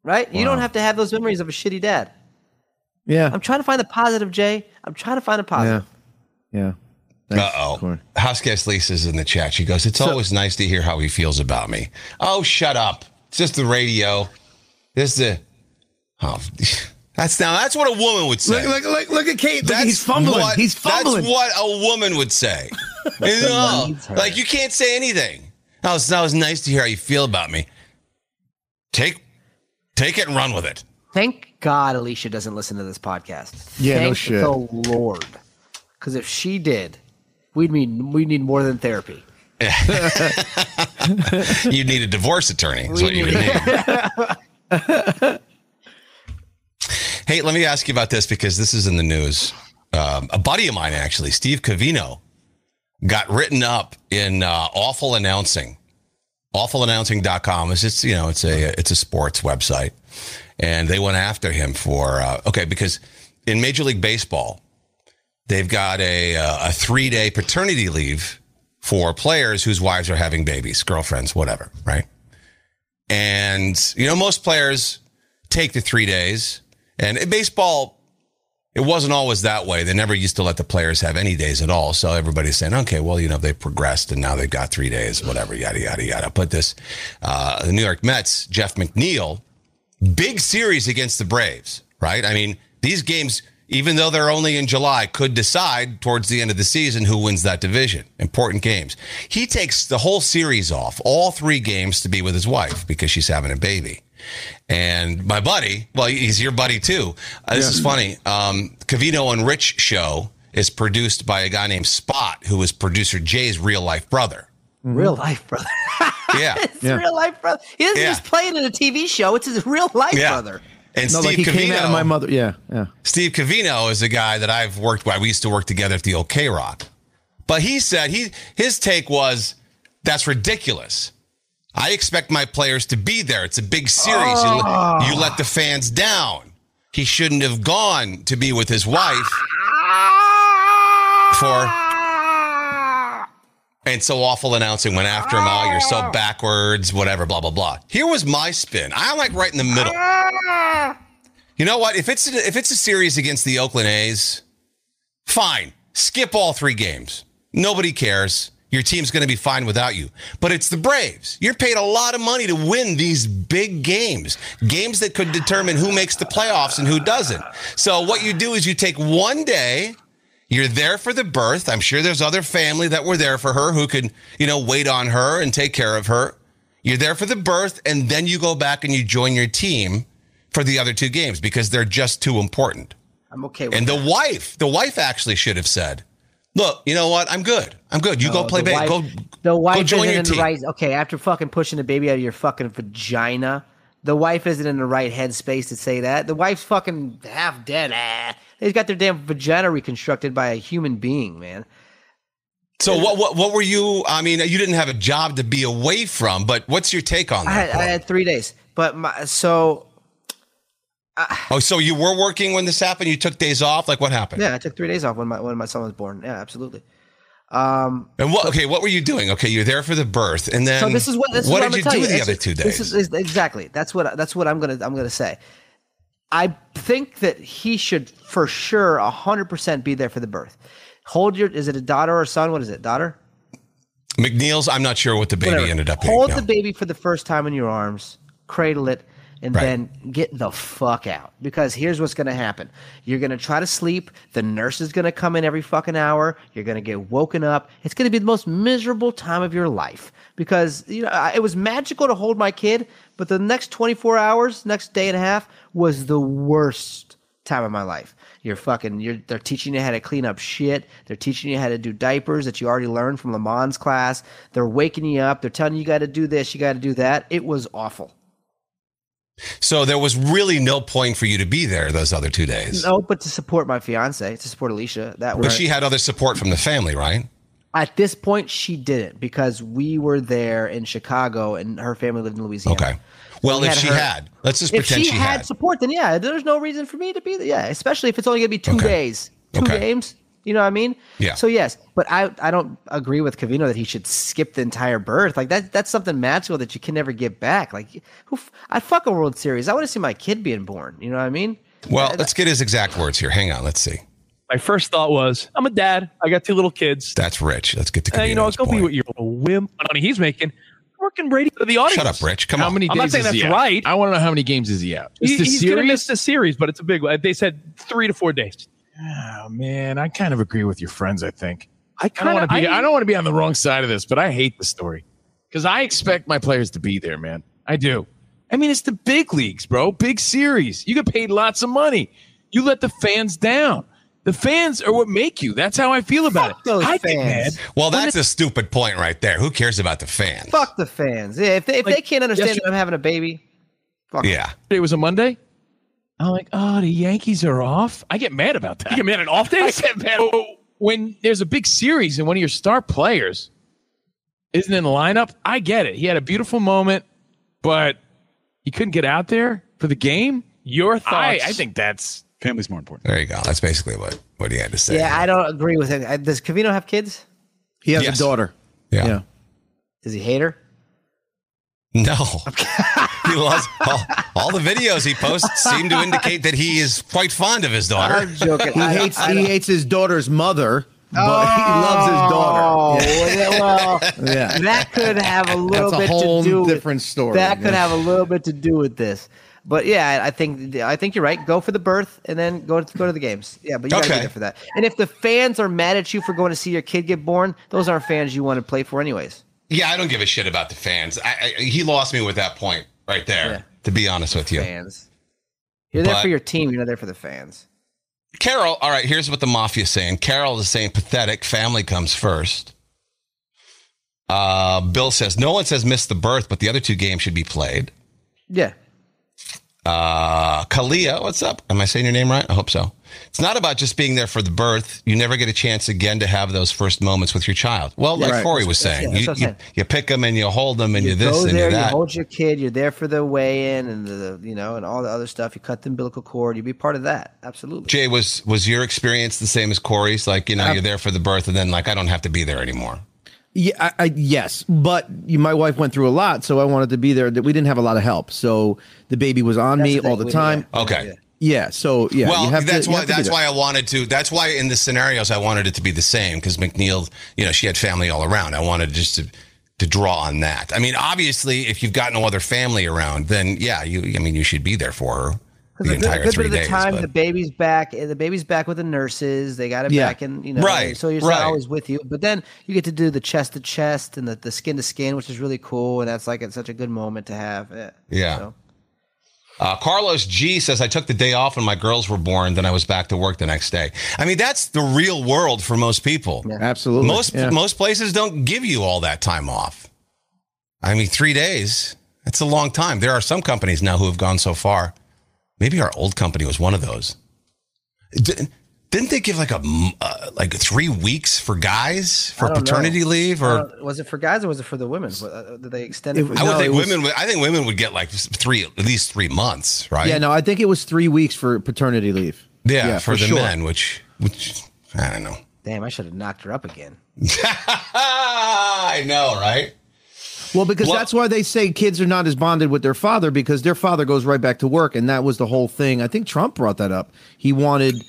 Speaker 3: right? You don't have to have those memories of a shitty dad.
Speaker 2: yeah,
Speaker 3: I'm trying to find the positive, Jay. I'm trying to find a
Speaker 2: yeah,
Speaker 3: positive.
Speaker 2: yeah.
Speaker 4: Uh
Speaker 2: Thanks,
Speaker 4: oh.
Speaker 2: Corey.
Speaker 4: House guest Lisa's in the chat. She goes, It's always nice to hear how he feels about me. Oh, shut up. It's just the radio. This is the. Oh, that's now, that's what a woman would say.
Speaker 2: Look, look, look, look at Kate. Look,
Speaker 4: That's
Speaker 2: he's fumbling.
Speaker 4: what-
Speaker 2: he's fumbling.
Speaker 4: That's what a woman would say. You know, like you can't say anything. That was, that was nice to hear how you feel about me. Take, take it and run with it.
Speaker 3: Thank God Alicia doesn't listen to this podcast.
Speaker 2: Yeah, no
Speaker 3: Thank
Speaker 2: shit.
Speaker 3: The Lord, because if she did, we'd need we need more than therapy.
Speaker 4: You'd need a divorce attorney. Is what you would need. hey, let me ask you about this because this is in the news. um, a buddy of mine actually, Steve Cavino, got written up in uh, awful announcing. Awfulannouncing.com is it's you know it's a it's a sports website, and they went after him for uh, okay because in Major League Baseball they've got a uh, a three day paternity leave for players whose wives are having babies, girlfriends, whatever, right? And you know most players take the three days, and in baseball it wasn't always that way. They never used to let the players have any days at all. So everybody's saying, okay, well, you know, they progressed and now they've got three days, whatever, yada, yada, yada. But this, uh, the New York Mets, Jeff McNeil, big series against the Braves, right? I mean, these games, even though they're only in July, could decide towards the end of the season who wins that division. Important games. He takes the whole series off, all three games to be with his wife because she's having a baby. And my buddy, well, he's your buddy too. Uh, this is funny. Um, Cavino and Rich show is produced by a guy named Spot, who is producer Jay's real life brother.
Speaker 2: Mm-hmm.
Speaker 3: Real life, brother.
Speaker 4: Yeah.
Speaker 3: it's real life, brother. He doesn't
Speaker 4: Yeah.
Speaker 3: just play it in a TV show. It's his real life,
Speaker 4: Yeah.
Speaker 3: brother.
Speaker 4: And
Speaker 2: No,
Speaker 4: Steve
Speaker 2: like he
Speaker 4: Cavino,
Speaker 2: came out of my mother. Yeah, yeah.
Speaker 4: Steve Cavino is a guy that I've worked with. We used to work together at the old K Rock. But he said he his take was that's ridiculous. I expect my players to be there. It's a big series. You, let, you let the fans down. He shouldn't have gone to be with his wife for. And so awful announcing went after him. Oh, you're so backwards, whatever, blah, blah, blah. Here was my spin. I'm like right in the middle. You know what? If it's if it's a series against the Oakland A's, fine. Skip all three games. Nobody cares. Your team's going to be fine without you. But it's the Braves. You're paid a lot of money to win these big games, games that could determine who makes the playoffs and who doesn't. So what you do is you take one day. You're there for the birth. I'm sure there's other family that were there for her who could, you know, wait on her and take care of her. You're there for the birth, and then you go back and you join your team for the other two games because they're just too important.
Speaker 3: I'm okay with
Speaker 4: And
Speaker 3: that.
Speaker 4: the wife, the wife actually should have said, "Look, you know what? I'm good. I'm good. You go play
Speaker 3: the
Speaker 4: base.
Speaker 3: wife-
Speaker 4: Go,
Speaker 3: the wife
Speaker 4: go join
Speaker 3: isn't
Speaker 4: your
Speaker 3: in the
Speaker 4: team."
Speaker 3: right. Okay, after fucking pushing the baby out of your fucking vagina, the wife isn't in the right headspace to say that. The wife's fucking half dead. Ah. They've got their damn vagina reconstructed by a human being, man.
Speaker 4: So what, what? What were you? I mean, you didn't have a job to be away from, but what's your take on
Speaker 3: I had,
Speaker 4: that?
Speaker 3: I had three days, but my so
Speaker 4: oh, so you were working when this happened. You took days off. Like what happened?
Speaker 3: yeah, I took three days off when my when my son was born. Yeah, absolutely.
Speaker 4: And what? Okay, what were you doing? Okay, you're there for the birth, and then
Speaker 3: So this is what this is
Speaker 4: what
Speaker 3: what I'm
Speaker 4: did
Speaker 3: gonna tell
Speaker 4: you do the
Speaker 3: This
Speaker 4: other
Speaker 3: is-
Speaker 4: two
Speaker 3: this
Speaker 4: days?
Speaker 3: is- is- exactly. That's what that's what I'm gonna I'm gonna say. I think that he should for sure hundred percent be there for the birth. Hold your is it a daughter or son? What is it? Daughter?
Speaker 4: McNeil's. I'm not sure what the baby
Speaker 3: Whatever.
Speaker 4: ended up. being,
Speaker 3: Hold
Speaker 4: no.
Speaker 3: the baby for the first time in your arms, cradle it, and
Speaker 4: Right.
Speaker 3: then get the fuck out. Because here's what's gonna happen. You're gonna try to sleep, the nurse is gonna come in every fucking hour, you're gonna get woken up. It's gonna be the most miserable time of your life. Because you know, I- it was magical to hold my kid, but the next 24 hours, next day and a half, was the worst time of my life. You're fucking. You're. They're teaching you how to clean up shit. They're teaching you how to do diapers that you already learned from Le Mans class. They're waking you up. They're telling you you got to do this. You got to do that. It was awful.
Speaker 4: So there was really no point for you to be there those other two days.
Speaker 3: No, but to support my fiance, to support Alicia, that
Speaker 4: But
Speaker 3: was
Speaker 4: she had other support from the family, right?
Speaker 3: at this point she didn't because we were there in Chicago and her family lived in Louisiana.
Speaker 4: Okay. Well,
Speaker 3: We
Speaker 4: if
Speaker 3: had
Speaker 4: she
Speaker 3: her-
Speaker 4: had, let's just
Speaker 3: If
Speaker 4: pretend
Speaker 3: she,
Speaker 4: she,
Speaker 3: had,
Speaker 4: had.
Speaker 3: support, then yeah, there's no reason for me to be there. Yeah, especially if it's only gonna be two
Speaker 4: Okay.
Speaker 3: days, two
Speaker 4: Okay.
Speaker 3: games. You know what I mean?
Speaker 4: Yeah.
Speaker 3: So yes, but I I don't agree with Cavino that he should skip the entire birth. Like that that's something magical that you can never get back. Like who f- I fuck a World Series. I want to see my kid being born. You know what I mean?
Speaker 4: Well, let's get his exact words here. Hang on, let's see.
Speaker 6: My first thought was, I'm a dad. I got two little kids.
Speaker 4: That's Rich. Let's get to
Speaker 6: And, Uh, you know,
Speaker 4: Cavino's
Speaker 6: go be what
Speaker 4: point.
Speaker 6: your little wimp money he's making. Working Brady for the audience.
Speaker 4: Shut up, Rich. Come
Speaker 7: How
Speaker 4: on.
Speaker 7: many
Speaker 6: I'm
Speaker 7: days
Speaker 6: not saying
Speaker 7: is
Speaker 6: that's
Speaker 7: he out?
Speaker 6: right.
Speaker 7: I want to know how many games is he out? Is
Speaker 6: He-
Speaker 7: the
Speaker 6: he's going to miss
Speaker 7: series?
Speaker 6: the series, but it's a big one. They said three to four days.
Speaker 7: Oh, man, I kind of agree with your friends. I think
Speaker 6: I
Speaker 7: I don't
Speaker 6: kind
Speaker 7: want
Speaker 6: of.
Speaker 7: to be. I,
Speaker 6: I
Speaker 7: don't want to be on the wrong side of this, but I hate the story because I expect my players to be there, man. I do. I mean, it's the big leagues, bro. Big series. You get paid lots of money. You let the fans down. The fans are what make you. That's how I feel about
Speaker 3: Fuck
Speaker 7: it.
Speaker 3: those
Speaker 7: I get
Speaker 3: fans.
Speaker 7: mad.
Speaker 4: Well, that's a stupid point right there. Who cares about the fans?
Speaker 3: Fuck the fans. Yeah, if they if they
Speaker 7: Like,
Speaker 3: can't understand
Speaker 7: yesterday-
Speaker 3: that I'm having a baby, fuck 'em.
Speaker 4: Yeah.
Speaker 7: It was a Monday. I'm like, oh, the Yankees are off. I get mad about that.
Speaker 6: You get mad at off days?
Speaker 7: I get mad when there's a big series and one of your star players isn't in the lineup. I get it. He had a beautiful moment, but he couldn't get out there for the game.
Speaker 6: Your thoughts?
Speaker 7: I, I think that's
Speaker 8: Family's more important.
Speaker 4: There you go. That's basically what what he had to say.
Speaker 3: Yeah, I don't agree with him. Uh, Does Cavino have kids?
Speaker 2: He has
Speaker 4: Yes.
Speaker 2: a daughter.
Speaker 4: Yeah.
Speaker 2: Yeah.
Speaker 3: Is he a hater?
Speaker 4: No. he loves all, all the videos he posts seem to indicate that he is quite fond of his daughter.
Speaker 3: I'm joking.
Speaker 2: He
Speaker 3: I-
Speaker 2: hates
Speaker 3: I
Speaker 2: he
Speaker 3: don't-
Speaker 2: hates his daughter's mother, but he loves his
Speaker 3: Oh,
Speaker 2: daughter.
Speaker 3: well,
Speaker 2: Yeah.
Speaker 3: that could have a little
Speaker 2: That's a
Speaker 3: bit
Speaker 2: whole
Speaker 3: to do with-
Speaker 2: different story.
Speaker 3: That could
Speaker 2: Yeah.
Speaker 3: have a little bit to do with this. But yeah, I I think I think you're right. Go for the berth and then go to go to the games. Yeah, but you gotta
Speaker 4: Okay.
Speaker 3: be there for that. And if the fans are mad at you for going to see your kid get born, those aren't fans you want to play for anyways.
Speaker 4: Yeah, I don't give a shit about the fans. I, I, he lost me with that point right there.
Speaker 3: Yeah.
Speaker 4: To be honest with you,
Speaker 3: Fans. You're there
Speaker 4: But-
Speaker 3: for your team, you're not there for the fans.
Speaker 4: Carol. All right, here's what the mafia's saying. Carol is saying pathetic. Family comes first. Uh, Bill says no one says miss the birth, but the other two games should be played.
Speaker 3: Yeah.
Speaker 4: Uh, Kalia, what's up? Am I saying your name right? I hope so. It's not about just being there for the birth. You never get a chance again to have those first moments with your child. Well, like
Speaker 2: Right.
Speaker 4: Corey was saying,
Speaker 3: yeah, that's
Speaker 4: you,
Speaker 3: what I'm
Speaker 4: you,
Speaker 3: saying.
Speaker 4: you pick them and you hold them and you,
Speaker 3: You
Speaker 4: this
Speaker 3: go
Speaker 4: and
Speaker 3: there,
Speaker 4: you
Speaker 3: you
Speaker 4: that.
Speaker 3: hold your kid, you're there for the weigh in and the you know, and all the other stuff. You cut the umbilical cord, you be part of that. Absolutely.
Speaker 4: Jay, was was your experience the same as Corey's? Like, you know, you're there for the birth, and then like I don't have to be there anymore.
Speaker 2: Yeah, I, I, yes, but you, my wife went through a lot, so I wanted to be there. That we didn't have a lot of help, so the baby was on
Speaker 3: That's
Speaker 2: me
Speaker 3: the
Speaker 2: all
Speaker 3: thing
Speaker 2: the
Speaker 3: we-
Speaker 2: time.
Speaker 4: Okay.
Speaker 2: Yeah, so yeah, you
Speaker 4: well,
Speaker 2: have to-
Speaker 4: that's
Speaker 2: you
Speaker 4: why
Speaker 2: have to be
Speaker 4: that's
Speaker 2: there.
Speaker 4: why I wanted to. That's why in the scenarios I wanted it to be the same because McNeil, you know, she had family all around. I wanted just to to draw on that. I mean, obviously, if you've got no other family around, then yeah, you. I mean, you should be there for her the
Speaker 3: Because a
Speaker 4: entire
Speaker 3: good, good
Speaker 4: three
Speaker 3: bit of the
Speaker 4: days.
Speaker 3: time,
Speaker 4: but-
Speaker 3: the baby's back. and The baby's back with the nurses. They got it
Speaker 2: Yeah.
Speaker 3: back, and you know,
Speaker 4: Right,
Speaker 3: So you're
Speaker 4: right.
Speaker 3: not always with you. But then you get to do the chest to chest and the, the skin to skin, which is really cool. And that's like it's such a good moment to have. eh. Yeah.
Speaker 4: Yeah.
Speaker 3: So,
Speaker 4: Uh, Carlos G says, I took the day off when my girls were born, then I was back to work the next day. I mean, that's the real world for most people.
Speaker 2: Absolutely,
Speaker 4: Most
Speaker 2: yeah.
Speaker 4: most places don't give you all that time off. I mean, three days, that's a long time. There are some companies now who have gone so far. Maybe our old company was one of those. D- didn't they give like a m- uh, like three weeks for guys for
Speaker 3: don't know.
Speaker 4: paternity leave
Speaker 3: I
Speaker 4: or
Speaker 3: don't- was it for guys or was it for the women? Was- uh, Did they extend
Speaker 2: It
Speaker 3: it? for-
Speaker 2: was-
Speaker 4: I would
Speaker 2: Uh, No,
Speaker 4: think
Speaker 2: it was-
Speaker 4: women would, I think women would get like three at least three months right
Speaker 2: yeah, no, I think it was three weeks for paternity leave.
Speaker 4: Yeah, for, the
Speaker 2: sure.
Speaker 4: men, which which I don't know.
Speaker 3: Damn, I should have knocked her up again.
Speaker 4: I know, right?
Speaker 2: Well, because
Speaker 4: Well-
Speaker 2: that's why they say kids are not as bonded with their father because their father goes right back to work, and that was the whole thing. I think Trump brought that up. He wanted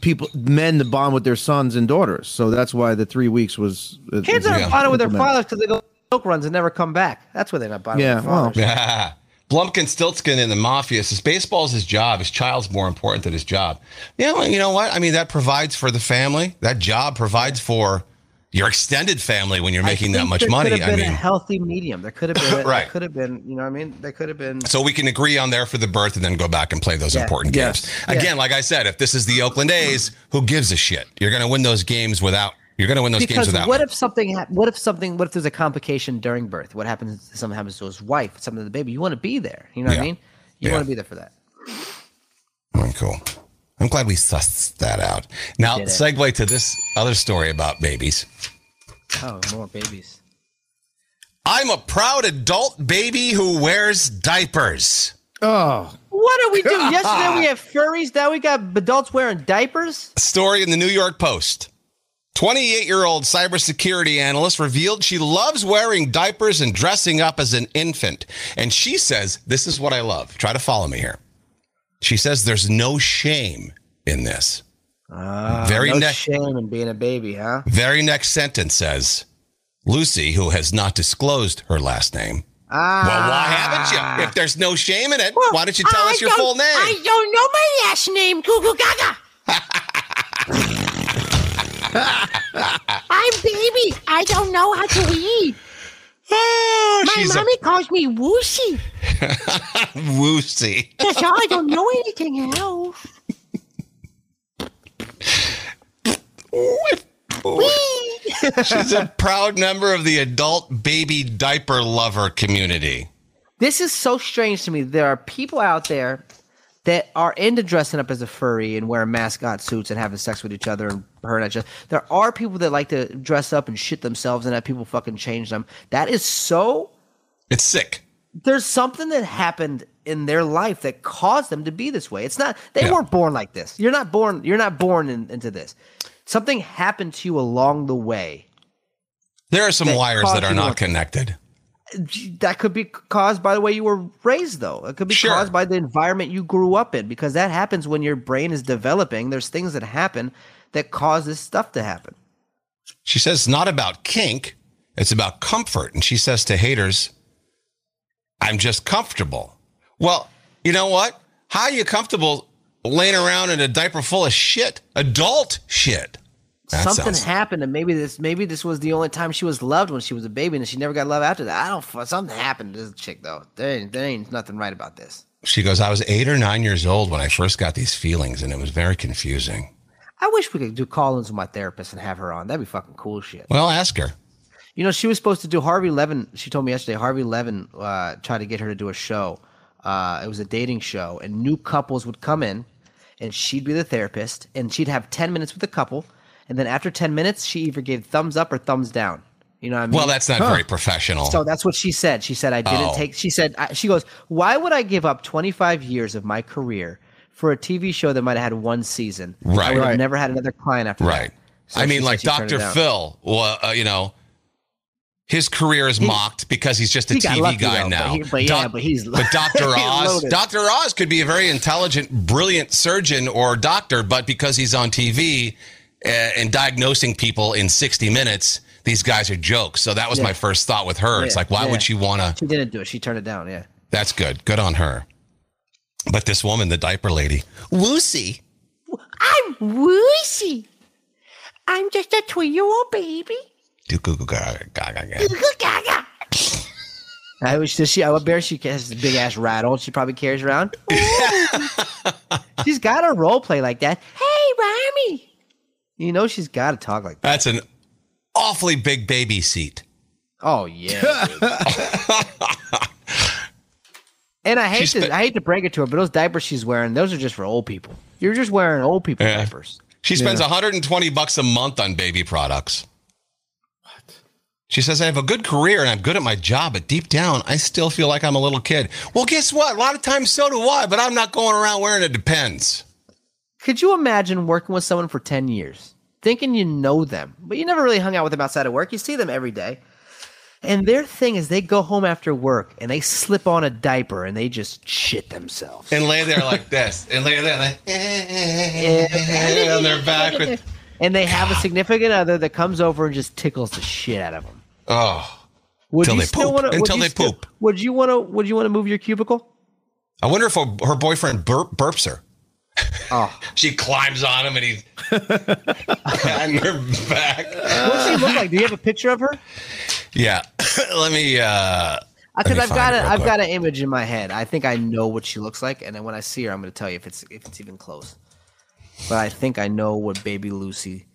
Speaker 2: people, men, to bond with their sons and daughters, so that's why the three weeks was. uh,
Speaker 3: Kids
Speaker 2: is-
Speaker 3: aren't
Speaker 4: Yeah.
Speaker 3: bonded with their
Speaker 2: Implement.
Speaker 3: fathers because they go milk runs and never come back. That's why they're not bonded
Speaker 2: Yeah,
Speaker 3: with their
Speaker 2: well.
Speaker 3: fathers.
Speaker 4: Blumpkin Stiltskin in the Mafia says baseball's his job. His child's more important than his job. Yeah, well, you know what? I mean, that provides for the family. That job provides for your extended family when you're making that
Speaker 3: think
Speaker 4: much
Speaker 3: there Could
Speaker 4: money.
Speaker 3: have
Speaker 4: I
Speaker 3: been a
Speaker 4: mean,
Speaker 3: healthy medium. There could have been. a-
Speaker 4: Right.
Speaker 3: There could have been. You know what I mean? There could have been.
Speaker 4: so we can agree on there for the birth and then go back and play those
Speaker 3: Yeah.
Speaker 4: important
Speaker 2: Yes.
Speaker 4: games. Again, like I said, if this is the Oakland A's, who gives a shit? You're going to win those games without. You're going to win those
Speaker 3: because
Speaker 4: games without.
Speaker 3: what
Speaker 4: me.
Speaker 3: if something hap- what if something what if there's a complication during birth what happens something happens to his wife something to the baby you want to be there you know what
Speaker 4: Yeah.
Speaker 3: i mean you
Speaker 4: Yeah.
Speaker 3: want to be there for that
Speaker 4: Oh, cool. I'm glad we sussed that out. Now,
Speaker 3: did it.
Speaker 4: segue to this other story about babies.
Speaker 3: oh more babies
Speaker 4: I'm a proud adult baby who wears diapers.
Speaker 2: Oh,
Speaker 3: what did we do yesterday we had furries now we got adults wearing diapers
Speaker 4: Story in the New York Post. 28 year old cybersecurity analyst revealed she loves wearing diapers and dressing up as an infant. And she says, This is what I love. Try to follow me here. She says, There's no shame in this. Very
Speaker 3: no
Speaker 4: ne-
Speaker 3: shame in being a baby huh
Speaker 4: Very next sentence says, Lucy, who has not disclosed her last name, Well, why haven't you? If there's no shame in it, why don't you tell
Speaker 9: Oh,
Speaker 4: us your full name? I don't know my last name, Cuckoo Gaga. I'm baby. I don't know how to read. My mommy calls me Woosie. Woosie.
Speaker 9: That's all. I don't know anything else.
Speaker 4: She's a proud member of the adult baby diaper lover community.
Speaker 3: this is so strange to me there are people out there that are into dressing up as a furry and wearing mascot suits and having sex with each other and hurting each other. There are people that like to dress up and shit themselves and have people fucking change them. That is so
Speaker 4: It's sick.
Speaker 3: there's something that happened in their life that caused them to be this way. It's not they
Speaker 4: Yeah.
Speaker 3: weren't born like this. You're not born. You're not born in, into this. Something happened to you along the way
Speaker 4: There are some
Speaker 3: That
Speaker 4: wires that
Speaker 3: caused
Speaker 4: are
Speaker 3: you
Speaker 4: not
Speaker 3: to-
Speaker 4: connected.
Speaker 3: that could be caused by the way you were raised though it could be
Speaker 4: Sure.
Speaker 3: caused by the environment you grew up in because that happens when your brain is developing there's things that happen that cause this stuff to happen
Speaker 4: She says it's not about kink, it's about comfort. And she says to haters, I'm just comfortable. Well, you know what? How are you comfortable laying around in a diaper full of shit? Adult shit. That
Speaker 3: something
Speaker 4: sounds-
Speaker 3: happened and maybe this maybe this was the only time she was loved when she was a baby and she never got love after that i don't fu- something happened to this chick though there ain't, there ain't nothing right about this
Speaker 4: She goes, I was eight or nine years old when I first got these feelings, and it was very confusing.
Speaker 3: i wish we could do call-ins with my therapist and have her on that'd be fucking cool shit
Speaker 4: Well, ask her.
Speaker 3: You know, she was supposed to do Harvey Levin. She told me yesterday Harvey Levin uh, tried to get her to do a show. Uh, it was a dating show, and new couples would come in, and she'd be the therapist, and she'd have ten minutes with the couple, and then after ten minutes, she either gave thumbs up or thumbs down. You know what I mean?
Speaker 4: Well, that's not very professional.
Speaker 3: So that's what she said. She said, I didn't
Speaker 4: Oh.
Speaker 3: take, she said, I, she goes, why would I give up 25 years of my career for a TV show that might have had one season? I
Speaker 4: Right.
Speaker 3: would have
Speaker 4: Right.
Speaker 3: never had another client after
Speaker 4: right.
Speaker 3: that. So
Speaker 4: I
Speaker 3: she
Speaker 4: mean,
Speaker 3: said
Speaker 4: like
Speaker 3: she turned it
Speaker 4: Dr.
Speaker 3: down.
Speaker 4: Phil, well, uh, you know, his career is mocked because he's just a
Speaker 3: he got
Speaker 4: TV
Speaker 3: lucky,
Speaker 4: guy
Speaker 3: though,
Speaker 4: now.
Speaker 3: but he- but yeah, but he's-
Speaker 4: Dr.
Speaker 3: he's
Speaker 4: Oz,
Speaker 3: loaded.
Speaker 4: Dr. Oz could be a very intelligent, brilliant surgeon or doctor, but because he's on TV uh, and diagnosing people in 60 minutes, these guys are jokes. So that was my first thought with her. It's
Speaker 3: Yeah,
Speaker 4: like, why
Speaker 3: yeah.
Speaker 4: would she want to?
Speaker 3: She didn't do it. She turned it down. Yeah.
Speaker 4: That's good. Good on her. But this woman, the diaper lady, Woosie.
Speaker 9: I'm woozy. I'm just a two-year-old baby.
Speaker 4: Do goo goo gaga gaga gaga.
Speaker 9: Look, Gaga.
Speaker 3: I wish does she. I would bear she has this big ass rattle. She probably carries around. she's got a role play like that.
Speaker 9: Hey, Rami.
Speaker 3: You know she's got to talk like. that.
Speaker 4: That's an awfully big baby seat.
Speaker 3: Oh yeah. dude. and I hate
Speaker 4: She's
Speaker 3: to.
Speaker 4: spe-
Speaker 3: I hate to break it to her, but those diapers she's wearing, those are just for old people. You're just wearing old people
Speaker 4: Yeah.
Speaker 3: diapers.
Speaker 4: She spends 120 bucks a month on baby products. What? She says I have a good career and I'm good at my job, but deep down I still feel like I'm a little kid. Well, guess what? A lot of times so do I, but I'm not going around wearing it depends.
Speaker 3: Could you imagine working with someone for ten years, thinking you know them, but you never really hung out with them outside of work? You see them every day. And their thing is they go home after work and they slip on a diaper and they just shit themselves.
Speaker 4: And lay there like this, and lay there like on their back with
Speaker 3: and they have a significant other that comes over and just tickles the shit out of them.
Speaker 4: oh.
Speaker 3: Would
Speaker 4: Till
Speaker 3: you
Speaker 4: they
Speaker 3: still
Speaker 4: poop.
Speaker 3: Wanna, would
Speaker 4: Until
Speaker 3: you
Speaker 4: they
Speaker 3: still-
Speaker 4: poop.
Speaker 3: Would you want to? Would you want to move your cubicle?
Speaker 4: I wonder if her, her boyfriend burp, burps her.
Speaker 3: Oh,
Speaker 4: She climbs on him and he's on her back.
Speaker 3: what does she look like? Do you have a picture of her?
Speaker 4: Yeah. Let me uh Let
Speaker 3: Because
Speaker 4: me
Speaker 3: I've
Speaker 4: find
Speaker 3: got
Speaker 4: it
Speaker 3: a,
Speaker 4: real
Speaker 3: I've
Speaker 4: quick.
Speaker 3: got an image in my head. I think I know what she looks like, and then when I see her, I'm going to tell you if it's if it's even close. But I think I know what baby Lucy,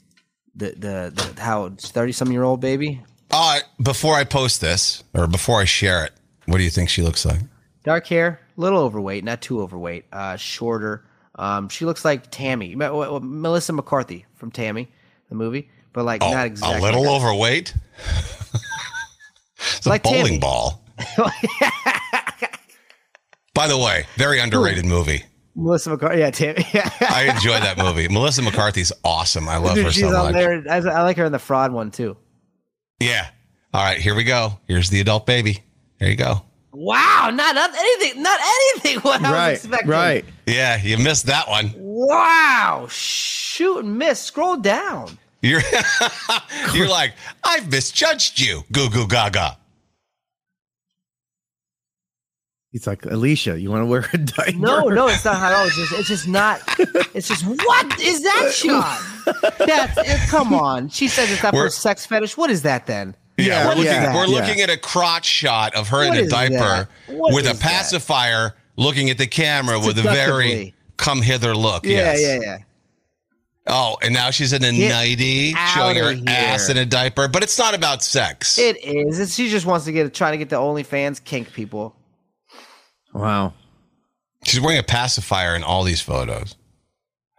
Speaker 3: the the, the how thirty some year old baby,
Speaker 4: Uh, before I post this or before I share it, what do you think she looks like?
Speaker 3: dark hair, little overweight, not too overweight, uh, shorter. Um, she looks like Tammy, Me- w- w- Melissa McCarthy from Tammy, the movie, but like not exactly
Speaker 4: Oh, a little
Speaker 3: like
Speaker 4: overweight. it's a
Speaker 3: Like
Speaker 4: bowling
Speaker 3: Tammy.
Speaker 4: ball. By the way, very underrated movie.
Speaker 3: Melissa McCarthy. Yeah, Tammy. Yeah,
Speaker 4: I enjoy that movie. Melissa McCarthy's awesome. I love her
Speaker 3: Dude, she's
Speaker 4: so
Speaker 3: on
Speaker 4: much.
Speaker 3: there. I, I like her in the fraud one too.
Speaker 4: Yeah. All right, here we go. Here's the adult baby. There you go.
Speaker 3: Wow, not, not anything, not anything what I was
Speaker 2: Right,
Speaker 3: expecting.
Speaker 2: right.
Speaker 4: Yeah, you missed that one.
Speaker 3: Wow, shoot and miss. Scroll down.
Speaker 4: You're you're like, I've misjudged you. Goo goo gaga.
Speaker 2: He's like Alicia. You want to wear a diaper?
Speaker 3: No, no, it's not how. It's just, it's just not. It's just what is that shot? That's it, come on. She says it's not
Speaker 4: We're-
Speaker 3: for sex fetish. What is that then?
Speaker 4: Yeah,
Speaker 2: Yeah,
Speaker 4: we're looking,
Speaker 2: yeah,
Speaker 4: we're
Speaker 2: yeah.
Speaker 4: looking at a crotch shot of her
Speaker 3: What
Speaker 4: in a
Speaker 3: is
Speaker 4: diaper
Speaker 3: that? What
Speaker 4: with a
Speaker 3: is that?
Speaker 4: pacifier looking at the camera with a very
Speaker 3: Seductively.
Speaker 4: come hither look.
Speaker 3: Yeah,
Speaker 4: yes.
Speaker 3: yeah, yeah.
Speaker 4: Oh, and now she's in a
Speaker 3: Get
Speaker 4: nightie showing her
Speaker 3: outta here.
Speaker 4: ass in a diaper, but it's not about sex.
Speaker 3: It is. It's, she just wants to get trying to get the OnlyFans kink people.
Speaker 2: Wow.
Speaker 4: She's wearing a pacifier in all these photos.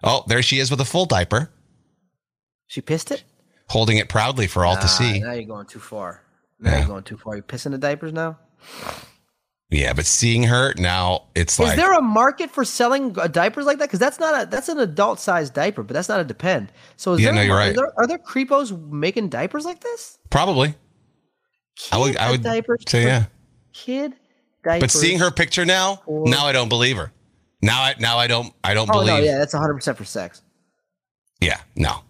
Speaker 4: Oh, there she is with a full diaper,
Speaker 3: She pissed it?
Speaker 4: holding it proudly for all to
Speaker 3: Ah,
Speaker 4: see.
Speaker 3: Now you're going too far. Now
Speaker 4: Yeah.
Speaker 3: you're going too far. You pissing the diapers now?
Speaker 4: Yeah, but seeing her now, it's like
Speaker 3: Is there a market for selling uh, diapers like that? Because that's not a that's an adult sized diaper, but that's not a depend. So is
Speaker 4: Yeah,
Speaker 3: there
Speaker 4: no,
Speaker 3: a
Speaker 4: you're
Speaker 3: mar-
Speaker 4: right.
Speaker 3: Are there, are there creepos making diapers like this?
Speaker 4: probably. I would,
Speaker 3: Kid
Speaker 4: I would
Speaker 3: diapers
Speaker 4: say
Speaker 3: for
Speaker 4: yeah.
Speaker 3: Kid diapers.
Speaker 4: But seeing her picture now, now I don't believe her. Now I now I don't I don't
Speaker 3: Oh
Speaker 4: believe.
Speaker 3: no, yeah,
Speaker 4: yeah.
Speaker 3: that's 100 percent for sex.
Speaker 4: no.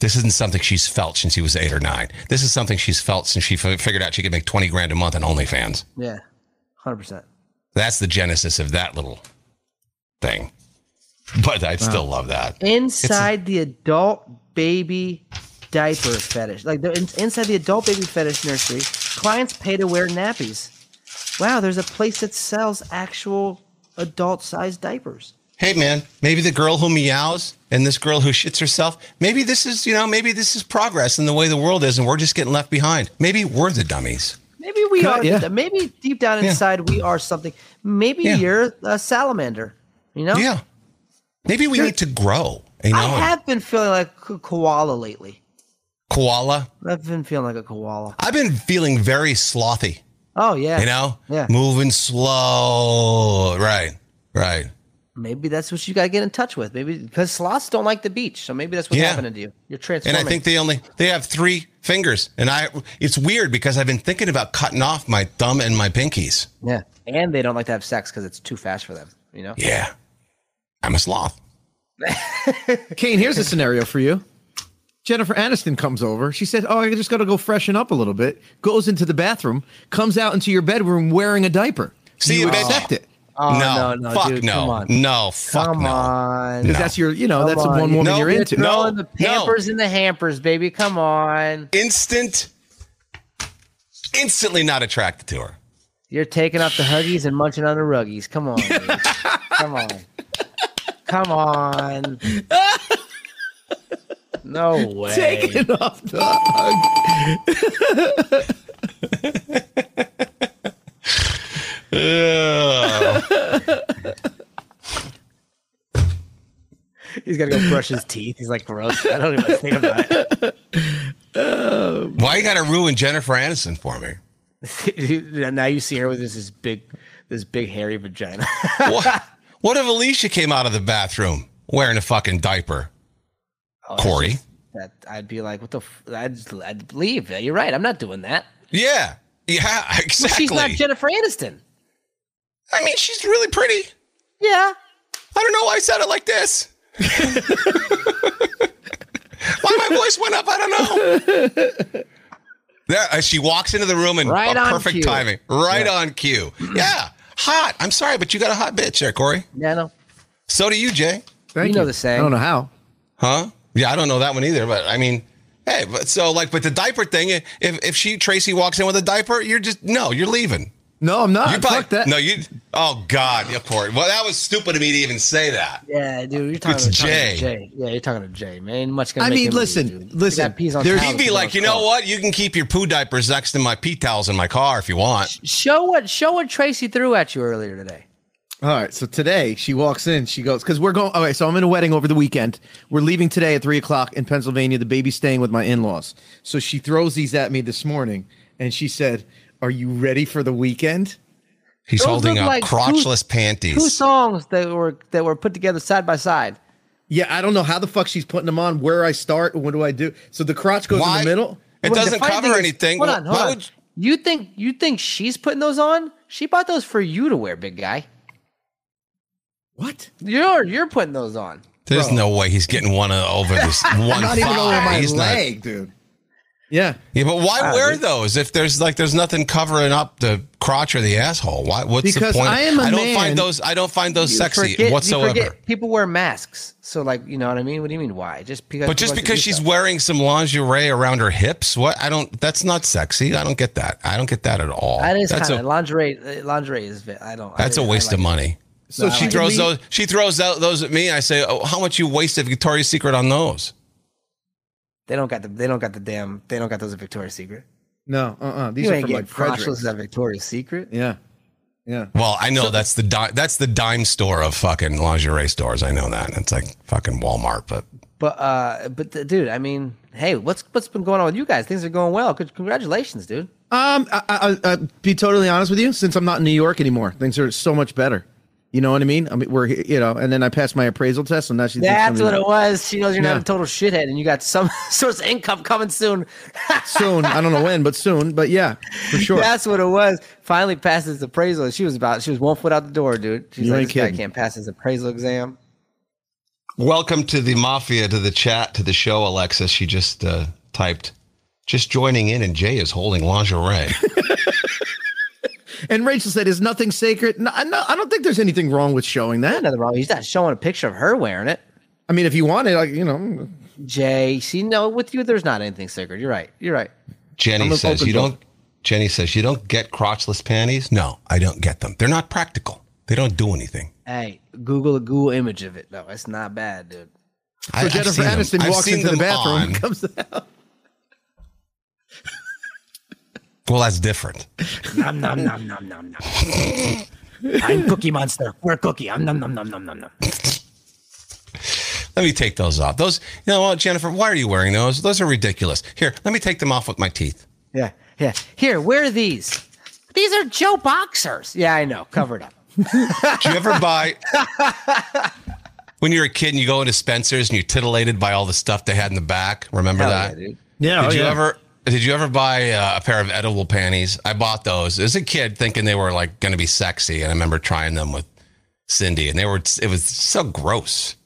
Speaker 4: This isn't something she's felt since she was eight or nine. This is something she's felt since she f- figured out she could make twenty grand a month on OnlyFans.
Speaker 3: Yeah, 100 percent.
Speaker 4: That's the genesis of that little thing. But I still love that.
Speaker 3: Inside the adult baby diaper fetish, like the, in- inside the adult baby fetish nursery, clients pay to wear nappies. Wow, there's a place that sells actual adult sized diapers.
Speaker 4: Hey man, maybe the girl who meows and this girl who shits herself, maybe this is you know maybe this is progress in the way the world is, and we're just getting left behind. Maybe we're the dummies.
Speaker 3: Maybe we
Speaker 2: Cut,
Speaker 3: are.
Speaker 2: yeah.
Speaker 3: Maybe deep down
Speaker 4: Yeah.
Speaker 3: inside we are something. Maybe
Speaker 4: Yeah.
Speaker 3: you're a salamander. You know.
Speaker 4: Yeah. Maybe we need to grow. You know,
Speaker 3: Oh. I
Speaker 4: and
Speaker 3: have been feeling like a koala lately.
Speaker 4: koala.
Speaker 3: I've been feeling like a koala.
Speaker 4: I've been feeling very slothy,
Speaker 3: Oh yeah.
Speaker 4: you know?
Speaker 3: Yeah.
Speaker 4: Moving slow. Right. Right.
Speaker 3: Maybe that's what you got to get in touch with. Maybe because sloths don't like the beach, so maybe that's what's
Speaker 4: Yeah.
Speaker 3: happening to you. You're
Speaker 4: And
Speaker 3: transforming.
Speaker 4: I think they only they have three fingers. And I it's weird because I've been thinking about cutting off my thumb and my pinkies.
Speaker 3: yeah, and they don't like to have sex because it's too fast for them. You know.
Speaker 4: Yeah. I'm a sloth.
Speaker 2: Kane, here's a scenario for you. Jennifer Aniston comes over. She said, "Oh, I just got to go freshen up a little bit." Goes into the bathroom, comes out into your bedroom wearing a diaper.
Speaker 4: See you,
Speaker 2: you
Speaker 4: bitch.
Speaker 2: accept it
Speaker 3: Oh, no,
Speaker 4: no,
Speaker 3: no,
Speaker 4: fuck
Speaker 3: dude,
Speaker 4: no.
Speaker 3: come on.
Speaker 4: No, fuck
Speaker 3: Come
Speaker 4: no.
Speaker 3: on.
Speaker 4: No.
Speaker 2: because that's your, you know,
Speaker 3: Come
Speaker 2: that's the
Speaker 3: on,
Speaker 2: one
Speaker 3: you-
Speaker 2: woman
Speaker 4: No,
Speaker 2: you're into.
Speaker 4: no.
Speaker 3: Throwing the pampers in the hampers, baby. Come on.
Speaker 4: Instant instantly not attracted to her.
Speaker 3: You're taking off the huggies and munching on the ruggies. Come on. dude. Come on. Come on. No way.
Speaker 2: Take it off the hug.
Speaker 4: Ugh.
Speaker 3: He's got to go brush his teeth. He's like, gross. I don't even think about it.
Speaker 4: Why you gotta ruin Jennifer Aniston for me?
Speaker 3: now you see her with this, this big, this big hairy vagina.
Speaker 4: what, what if Alicia came out of the bathroom wearing a fucking diaper?
Speaker 3: Oh,
Speaker 4: Corey.
Speaker 3: that I'd be like, what the? F-? I'd, I'd leave. You're right. I'm not doing that.
Speaker 4: Yeah. Yeah, exactly.
Speaker 3: She's not Jennifer Aniston.
Speaker 4: I mean, she's really pretty.
Speaker 3: Yeah.
Speaker 4: I don't know why I said it like this. why my voice went up, I don't know. There, uh, she walks into the room and
Speaker 3: Right
Speaker 4: uh,
Speaker 3: on
Speaker 4: perfect
Speaker 3: cue.
Speaker 4: timing, right on cue. Yeah, hot. I'm sorry, but you got a hot bitch there, Corey.
Speaker 3: Yeah. No.
Speaker 4: So do you, Jay?
Speaker 2: Thank
Speaker 3: You know the saying.
Speaker 2: I don't know how.
Speaker 4: Huh? Yeah, I don't know that one either, but I mean, hey, but so like, but the diaper thing, if if she Tracy walks in with a diaper, you're just no, you're leaving.
Speaker 2: No, I'm not.
Speaker 4: You
Speaker 2: Fuck that.
Speaker 4: No, you. Oh God, yeah, Corey. Well, that was stupid of me to even say that.
Speaker 3: Yeah, dude, you're talking,
Speaker 4: It's
Speaker 3: you're talking
Speaker 4: Jay.
Speaker 3: to Jay. Yeah, you're talking to Jay, man. Much gonna
Speaker 2: I
Speaker 3: make
Speaker 2: mean,
Speaker 3: him leave,
Speaker 2: listen,
Speaker 3: dude. He
Speaker 2: listen,
Speaker 3: got peas on
Speaker 2: there's-
Speaker 3: towels
Speaker 4: He'd be
Speaker 3: and
Speaker 4: like,
Speaker 3: on
Speaker 4: you know
Speaker 3: clothes."
Speaker 4: what? You can keep your poo diapers next to my pee towels in my car if you want.
Speaker 3: Show what show what Tracy threw at you earlier today.
Speaker 2: All right. So today she walks in. She goes because we're going. All right. So I'm in a wedding over the weekend. We're leaving today at three o'clock in Pennsylvania. The baby's staying with my in-laws. So she throws these at me this morning, and she said, "Are you ready for the weekend?"
Speaker 4: He's
Speaker 3: Those
Speaker 4: holding
Speaker 3: look
Speaker 4: up
Speaker 3: like two-
Speaker 4: crotchless
Speaker 3: Two
Speaker 4: panties.
Speaker 3: songs that were that were put together side by side.
Speaker 2: Yeah, I don't know how the fuck she's putting them on. Where I start? What do I do? So the crotch goes
Speaker 4: Why?
Speaker 2: in the middle.
Speaker 4: It
Speaker 3: Wait, the
Speaker 4: doesn't
Speaker 3: funny
Speaker 4: cover
Speaker 3: thing is-
Speaker 4: anything.
Speaker 3: hold on, hold
Speaker 4: Why
Speaker 3: on.
Speaker 4: would-
Speaker 3: you think you think she's putting those on? She bought those for you to wear, big guy.
Speaker 2: What?
Speaker 3: You're you're putting those on.
Speaker 4: There's no way he's getting one uh, over this one.
Speaker 2: Not even over
Speaker 4: thigh.
Speaker 2: my
Speaker 4: Ah, He's not-
Speaker 2: leg, dude. Yeah.
Speaker 4: Yeah, but why
Speaker 3: Wow,
Speaker 4: wear
Speaker 3: dude.
Speaker 4: those if there's like there's nothing covering up the crotch or the asshole? Why? What's
Speaker 2: Because
Speaker 4: the point?
Speaker 2: I am a
Speaker 4: I don't
Speaker 2: man.
Speaker 4: find those. I don't find those
Speaker 3: You
Speaker 4: sexy
Speaker 3: forget- you
Speaker 4: whatsoever.
Speaker 3: forget people wear masks, so like you know what I mean. What do you mean? Why? Just because?
Speaker 4: But just
Speaker 3: she wants to
Speaker 4: because
Speaker 3: do
Speaker 4: she's
Speaker 3: stuff.
Speaker 4: wearing some lingerie around her hips, what? I don't. That's not sexy. I don't get that. I don't get that at all.
Speaker 3: that is
Speaker 4: that's
Speaker 3: kind
Speaker 4: a
Speaker 3: of lingerie. uh, Lingerie is ve- I don't. I
Speaker 4: that's a
Speaker 3: didn't- I
Speaker 4: waste
Speaker 3: like
Speaker 4: of
Speaker 3: it.
Speaker 4: money.
Speaker 2: So
Speaker 3: I
Speaker 4: She
Speaker 3: like it.
Speaker 4: throws those. She throws out those at me. I say, oh, "How much you wasted Victoria's Secret on those?"
Speaker 3: They don't got the. They don't got the damn. They don't got those at Victoria's Secret.
Speaker 2: No. Uh. uh These
Speaker 3: You
Speaker 2: are
Speaker 3: ain't
Speaker 2: from
Speaker 3: getting
Speaker 2: like
Speaker 3: crotchless
Speaker 2: Frederick.
Speaker 3: at Victoria's Secret.
Speaker 2: Yeah. Yeah.
Speaker 4: Well, I know that's the di- that's the dime store of fucking lingerie stores. I know that. It's like fucking Walmart, but
Speaker 3: But uh, but th- dude, I mean, hey, what's what's been going on with you guys? Things are going well. Con- Congratulations, dude.
Speaker 2: Um, I, I, I, be totally honest with you, since I'm not in New York anymore, things are so much better. You know what I mean? I mean, we're you know, and then I passed my appraisal test, and now she thinks
Speaker 3: That's what
Speaker 2: somebody-
Speaker 3: it was. She knows you're
Speaker 2: Yeah.
Speaker 3: not a total shithead, and you got some source of income coming soon.
Speaker 2: soon. I don't know when, but soon. But yeah, for sure.
Speaker 3: That's what it was. Finally passed his appraisal. She was about. She was one foot out the door, dude. She's
Speaker 2: You
Speaker 3: like,
Speaker 2: ain't
Speaker 3: this guy
Speaker 2: kidding.
Speaker 3: can't pass his appraisal exam.
Speaker 4: welcome to the mafia, to the chat, to the show, Alexa. She just uh, typed, just joining in, and Jay is holding lingerie.
Speaker 2: and Rachel said, "Is nothing sacred?" No, I- no, I don't think there's anything wrong with showing that.
Speaker 3: Nothing wrong. He's not showing a picture of her wearing it.
Speaker 2: I mean, if you want it, like you know,
Speaker 3: Jay, see, no, with you, there's not anything sacred. You're right. You're right.
Speaker 4: Jenny
Speaker 2: I'm an
Speaker 4: says
Speaker 2: open
Speaker 4: you
Speaker 2: book.
Speaker 4: don't. Jenny says you don't get crotchless panties. No, I don't get them. They're not practical. They don't do anything.
Speaker 3: Hey, Google a Google image of it. No, it's not bad, dude.
Speaker 4: I,
Speaker 2: so
Speaker 4: I've
Speaker 2: Jennifer
Speaker 4: seen them.
Speaker 2: Aniston
Speaker 4: I've
Speaker 2: walks
Speaker 4: seen
Speaker 2: into the
Speaker 4: them
Speaker 2: bathroom,
Speaker 4: on.
Speaker 2: and comes out.
Speaker 4: Well, that's different.
Speaker 8: Nom nom nom nom nom nom. I'm Cookie Monster. We're Cookie. I'm nom nom nom nom nom nom.
Speaker 4: Let me take those off. Those, you know what, Jennifer? Why are you wearing those? Those are ridiculous. Here, let me take them off with my teeth.
Speaker 3: Yeah, yeah. Here, where are these?
Speaker 9: These are Joe
Speaker 3: Boxers. Yeah, I know. Covered up.
Speaker 4: Do you ever buy? when you're a kid and you go into Spencer's and you're titillated by all the stuff they had in the back. Remember
Speaker 3: Hell
Speaker 4: that?
Speaker 3: yeah, dude.
Speaker 2: Yeah.
Speaker 4: Did
Speaker 2: oh,
Speaker 4: you
Speaker 2: yeah.
Speaker 4: ever? Did you ever buy uh, a pair of edible panties? I bought those as a kid, thinking they were like going to be sexy, and I remember trying them with Cindy, and they were. It was so gross.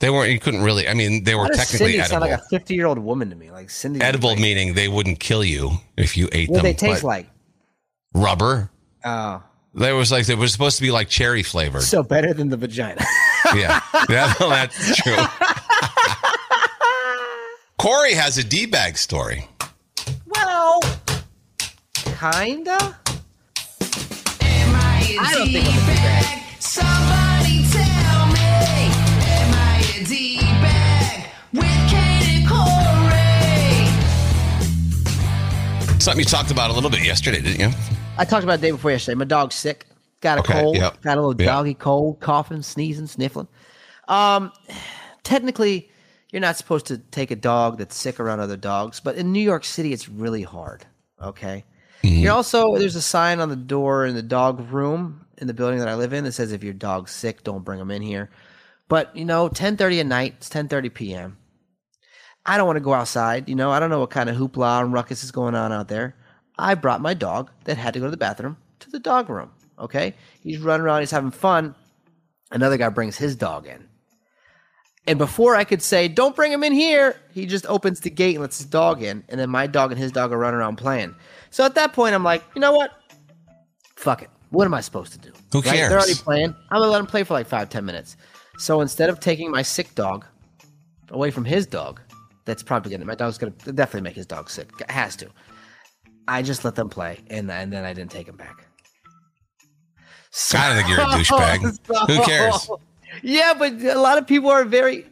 Speaker 4: They weren't. You couldn't really. I mean, they were
Speaker 3: How does
Speaker 4: technically
Speaker 3: Cindy
Speaker 4: edible.
Speaker 3: sound like a 50 year old woman to me? Like Cindy.
Speaker 4: edible
Speaker 3: Like,
Speaker 4: meaning they wouldn't kill you if you ate
Speaker 3: what
Speaker 4: them.
Speaker 3: they taste
Speaker 4: but
Speaker 3: like?
Speaker 4: rubber.
Speaker 3: Oh,
Speaker 4: They was like they were supposed to be like cherry flavored.
Speaker 3: so better than the vagina.
Speaker 4: yeah, yeah, well, that's true. Corey has a d bag story.
Speaker 3: well, kinda.
Speaker 10: I don't think I'm a D-bag. Somebody tell me, am I a D-bag with Kate and Corey?
Speaker 4: Something you talked about a little bit yesterday, didn't you?
Speaker 3: I talked about the day before yesterday. My dog's sick. Got a
Speaker 4: Okay,
Speaker 3: cold.
Speaker 4: yep,
Speaker 3: Got a little
Speaker 4: yep.
Speaker 3: doggy cold, coughing, sneezing, sniffling. Um, technically, you're not supposed to take a dog that's sick around other dogs, but in New York City, it's really hard. Okay. You're also there's a sign on the door in the dog room in the building that I live in that says if your dog's sick, don't bring him in here. But you know, 10:30 at night, it's 10:30 p.m. I don't want to go outside. You know, I don't know what kind of hoopla and ruckus is going on out there. I brought my dog that had to go to the bathroom to the dog room. Okay. He's running around, he's having fun. Another guy brings his dog in. And before I could say, don't bring him in here, he just opens the gate and lets his dog in. And then my dog and his dog are running around playing. So at that point, I'm like, you know what? Fuck it. What am I supposed to do?
Speaker 4: Who
Speaker 3: They're already
Speaker 4: cares?
Speaker 3: playing. I'm going to let them play for like five, ten minutes. So instead of taking my sick dog away from his dog, that's probably gonna my dog's gonna definitely make his dog sick. Has to. I just let them play, and and then I didn't take him back.
Speaker 4: I don't think you're a douchebag. Who cares?
Speaker 3: Oh, Yeah, but a lot of people are very.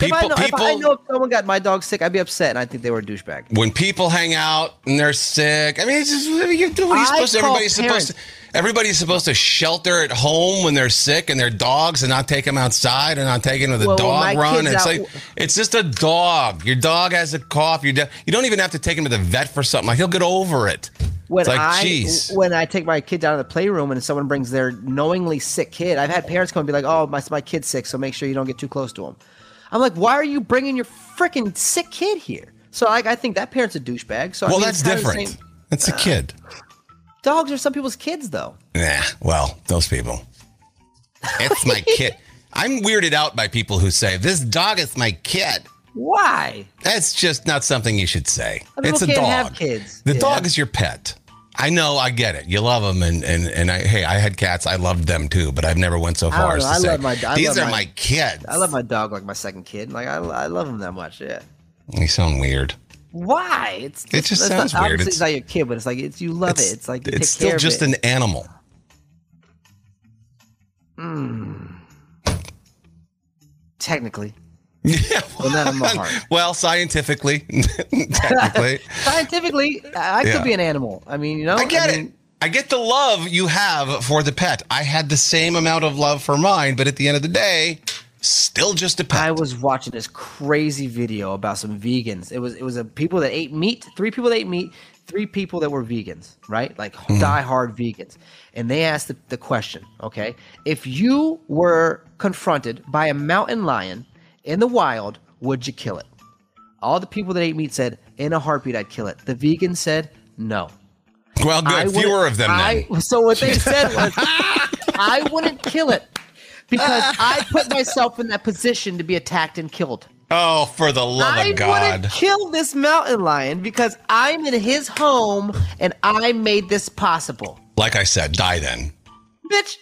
Speaker 3: if, I
Speaker 4: People-
Speaker 3: know, if I
Speaker 4: people-
Speaker 3: know if someone got my dog sick, I'd be upset, and I think they were a douchebag.
Speaker 4: When people hang out and they're sick, I mean, it's just, what are you doing?
Speaker 3: I
Speaker 4: You're supposed to,
Speaker 3: call
Speaker 4: everybody's supposed to.
Speaker 3: parents-
Speaker 4: Everybody's supposed to shelter at home when they're sick and their dogs, and not take them outside and not take them to the
Speaker 3: Well, when my
Speaker 4: dog run.
Speaker 3: kids out-
Speaker 4: It's like it's just a dog. Your dog has a cough. You do, you don't even have to take him to the vet for something. Like he'll get over it.
Speaker 3: When
Speaker 4: it's like,
Speaker 3: I
Speaker 4: jeez.
Speaker 3: when I take my kid down to the playroom and someone brings their knowingly sick kid, I've had parents come and be like, "Oh, my my kid's sick, so make sure you don't get too close to him." I'm like, "Why are you bringing your freaking sick kid here?" So I, I think that parent's a douchebag. So I
Speaker 4: Well,
Speaker 3: mean,
Speaker 4: that's
Speaker 3: it's kinda the
Speaker 4: different.
Speaker 3: same-
Speaker 4: That's a kid.
Speaker 3: Dogs are some people's kids, though.
Speaker 4: Nah, well, those people. It's my kid. I'm weirded out by people who say, This dog is my kid.
Speaker 3: Why?
Speaker 4: That's just not something you should say.
Speaker 3: Some
Speaker 4: It's a
Speaker 3: people
Speaker 4: dog.
Speaker 3: can't have kids.
Speaker 4: The
Speaker 3: Yeah.
Speaker 4: dog is your pet. I know, I get it. You love them, and and and I. Hey, I had cats. I loved them too, but I've never went so
Speaker 3: don't
Speaker 4: far as
Speaker 3: know.
Speaker 4: to
Speaker 3: I
Speaker 4: say
Speaker 3: love my- I
Speaker 4: these
Speaker 3: love
Speaker 4: are
Speaker 3: my-
Speaker 4: my kids.
Speaker 3: I love my dog like my second kid. Like I, I love him that much. Yeah.
Speaker 4: You sound weird.
Speaker 3: Why? It's
Speaker 4: It just
Speaker 3: it's
Speaker 4: sounds
Speaker 3: not, Obviously,
Speaker 4: weird. It's-
Speaker 3: it's not your kid, but it's like it's you love it. It's like you
Speaker 4: it's
Speaker 3: take care
Speaker 4: still just
Speaker 3: of
Speaker 4: an
Speaker 3: it.
Speaker 4: animal.
Speaker 3: technically, but not in my heart.
Speaker 4: Well, scientifically, technically,
Speaker 3: Scientifically, I I
Speaker 4: Yeah.
Speaker 3: could be an animal. I mean, you know,
Speaker 4: I get
Speaker 3: mean,
Speaker 4: it. I get the love you have for the pet. I had the same amount of love for mine, but at the end of the day, still just a pet.
Speaker 3: I was watching this crazy video about some vegans. It was it was a people that ate meat, three people that ate meat, three people that were vegans, right? Like die-hard vegans. And they asked the, the question, okay? If you were confronted by a mountain lion in the wild, would you kill it? All the people that ate meat said, in a heartbeat, I'd kill it. The vegans said, no.
Speaker 4: Well, good.
Speaker 3: I wouldn't-
Speaker 4: Fewer of them
Speaker 3: I, So what they said was, I wouldn't kill it because I put myself in that position to be attacked and killed.
Speaker 4: then. Oh, for the love
Speaker 3: I
Speaker 4: of God.
Speaker 3: wouldn't kill this mountain lion because I'm in his home and I made this possible.
Speaker 4: Like I said, die then.
Speaker 3: Bitch,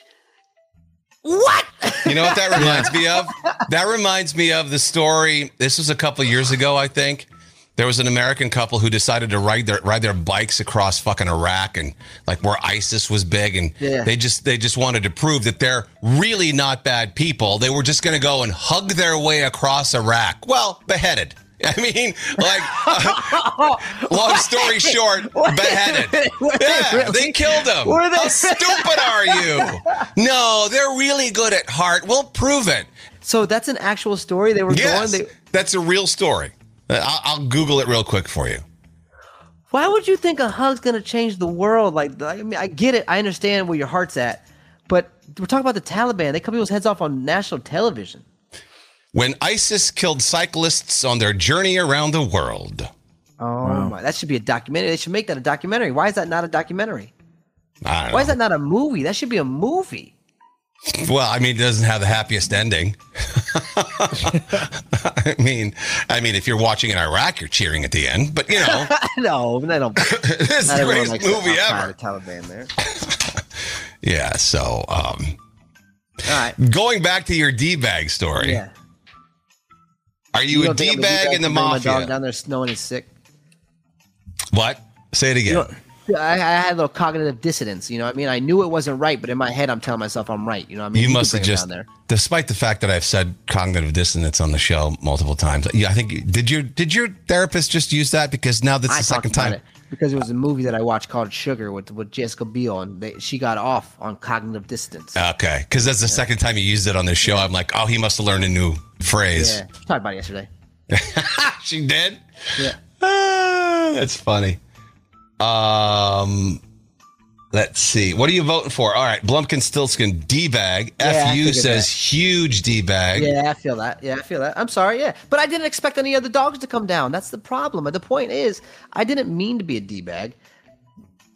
Speaker 3: what?
Speaker 4: You know what that reminds me of? That reminds me of the story. This was a couple years ago, I think. There was an American couple who decided to ride their ride their bikes across fucking Iraq and like where ISIS was big, and
Speaker 11: Yeah.
Speaker 4: they just they just wanted to prove that they're really not bad people. They were just going to go and hug their way across Iraq. Well, beheaded. I mean, like, long story short, beheaded. Yeah, they killed him.
Speaker 10: Were they-
Speaker 4: How stupid are you? No, they're really good at heart. We'll prove it.
Speaker 3: So that's an actual story they were
Speaker 4: Yes,
Speaker 3: going. They,
Speaker 4: that's a real story. Uh, I'll, I'll Google it real quick for you.
Speaker 3: why would you think a hug's gonna change the world? Like, I mean, I get it. I understand where your heart's at, but we're talking about the Taliban. They cut people's heads off on national television.
Speaker 4: When ISIS killed cyclists on their journey around the world.
Speaker 3: Oh my! That should be a documentary. They should make that a documentary. Why is that not a documentary?
Speaker 4: I don't
Speaker 3: Why is
Speaker 4: know.
Speaker 3: that not a movie? That should be a movie.
Speaker 4: Well, I mean, it doesn't have the happiest ending. I mean, I mean, if you're watching in Iraq, you're cheering at the end, but you know,
Speaker 3: no, I don't.
Speaker 4: this is
Speaker 3: not
Speaker 4: the
Speaker 3: everyone
Speaker 4: greatest
Speaker 3: likes
Speaker 4: movie
Speaker 3: outside
Speaker 4: ever.
Speaker 3: of Taliban there.
Speaker 4: Yeah. So, um,
Speaker 3: All right.
Speaker 4: going back to your d bag story.
Speaker 3: Yeah.
Speaker 4: Are you, a
Speaker 3: don't think
Speaker 4: d
Speaker 3: I'm
Speaker 4: bag in the
Speaker 3: to bring My dog
Speaker 4: mafia?
Speaker 3: down there snowing is sick.
Speaker 4: What? Say it again.
Speaker 3: I, I had a little cognitive dissonance. You know what I mean? I knew it wasn't right, but in my head, I'm telling myself I'm right. You know what I mean?
Speaker 4: you
Speaker 3: could
Speaker 4: must have
Speaker 3: bring him
Speaker 4: just,
Speaker 3: down there.
Speaker 4: despite the fact that I've said cognitive dissonance on the show multiple times. Yeah, I think did your did your therapist just use that because now that's
Speaker 3: I
Speaker 4: the second
Speaker 3: talked about
Speaker 4: time.
Speaker 3: it because it was a movie that I watched called Sugar with with Jessica Biel, and they, she got off on cognitive dissonance.
Speaker 4: Okay, because that's the second time you used it on this show. I'm like, oh, he must have learned a new phrase.
Speaker 3: Yeah, talked about it yesterday.
Speaker 4: she did.
Speaker 3: Yeah.
Speaker 4: Ah, that's funny. Um, let's see. What are you voting for? All right, Blumpkin Stiltskin D bag.
Speaker 3: Yeah, I
Speaker 4: Fu
Speaker 3: figured
Speaker 4: says
Speaker 3: that.
Speaker 4: huge D bag.
Speaker 3: Yeah, I feel that. Yeah, I feel that. I'm sorry. Yeah, but I didn't expect any other dogs to come down. That's the problem. And the point is, I didn't mean to be a d bag.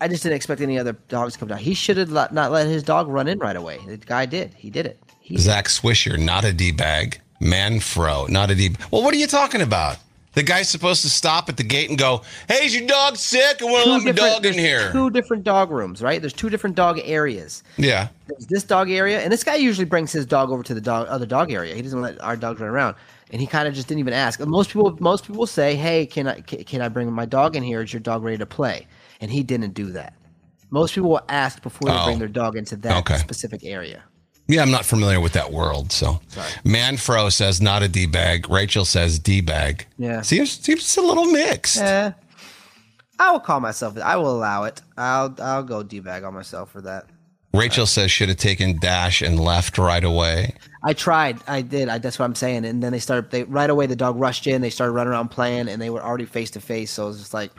Speaker 3: I just didn't expect any other dogs to come down. He should have let- not let his dog run in right away. The guy did. He did it.
Speaker 4: Zach Swisher, not a D bag. Manfro, not a D. Well, what are you talking about? The guy's supposed to stop at the gate and go, "Hey, is your dog sick? I want to
Speaker 3: Two
Speaker 4: let my
Speaker 3: different-
Speaker 4: dog in
Speaker 3: there's
Speaker 4: here."
Speaker 3: Two different dog rooms, right? There's two different dog areas.
Speaker 4: yeah.
Speaker 3: There's this dog area, and this guy usually brings his dog over to the dog other dog area. He doesn't let our dogs run around, and he kind of just didn't even ask. And most people, most people say, "Hey, can I ca- can I bring my dog in here? Is your dog ready to play?" And he didn't do that. Most people will ask before they
Speaker 4: Oh.
Speaker 3: bring their dog into that
Speaker 4: Okay.
Speaker 3: specific area.
Speaker 4: Yeah, I'm not familiar with that world. So, Manfro says not a D bag. Rachel says D bag.
Speaker 3: Yeah.
Speaker 4: seems seems a little mixed.
Speaker 3: Yeah. Eh, I will call myself. I will allow it. I'll I'll go d bag on myself for that.
Speaker 4: Rachel says should have taken dash and left right away.
Speaker 3: I tried. I did. I, that's what I'm saying. And then they started. They right away. The dog rushed in. They started running around playing, and they were already face to face. So it was just like,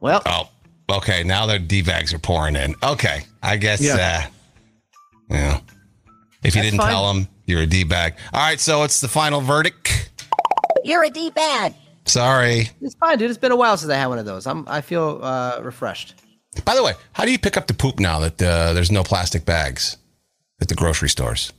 Speaker 3: well,
Speaker 4: Oh, okay. Now their D bags are pouring in. Okay, I guess.
Speaker 3: Yeah.
Speaker 4: Yeah. Uh, yeah. If you
Speaker 12: That's
Speaker 4: didn't
Speaker 12: fine.
Speaker 4: tell them, you're a D bag. All right, so it's the final verdict.
Speaker 12: You're a D bag.
Speaker 4: Sorry.
Speaker 3: it's fine, dude. It's been a while since I had one of those. I'm. I feel uh, refreshed.
Speaker 4: By the way, how do you pick up the poop now that uh, there's no plastic bags at the grocery stores?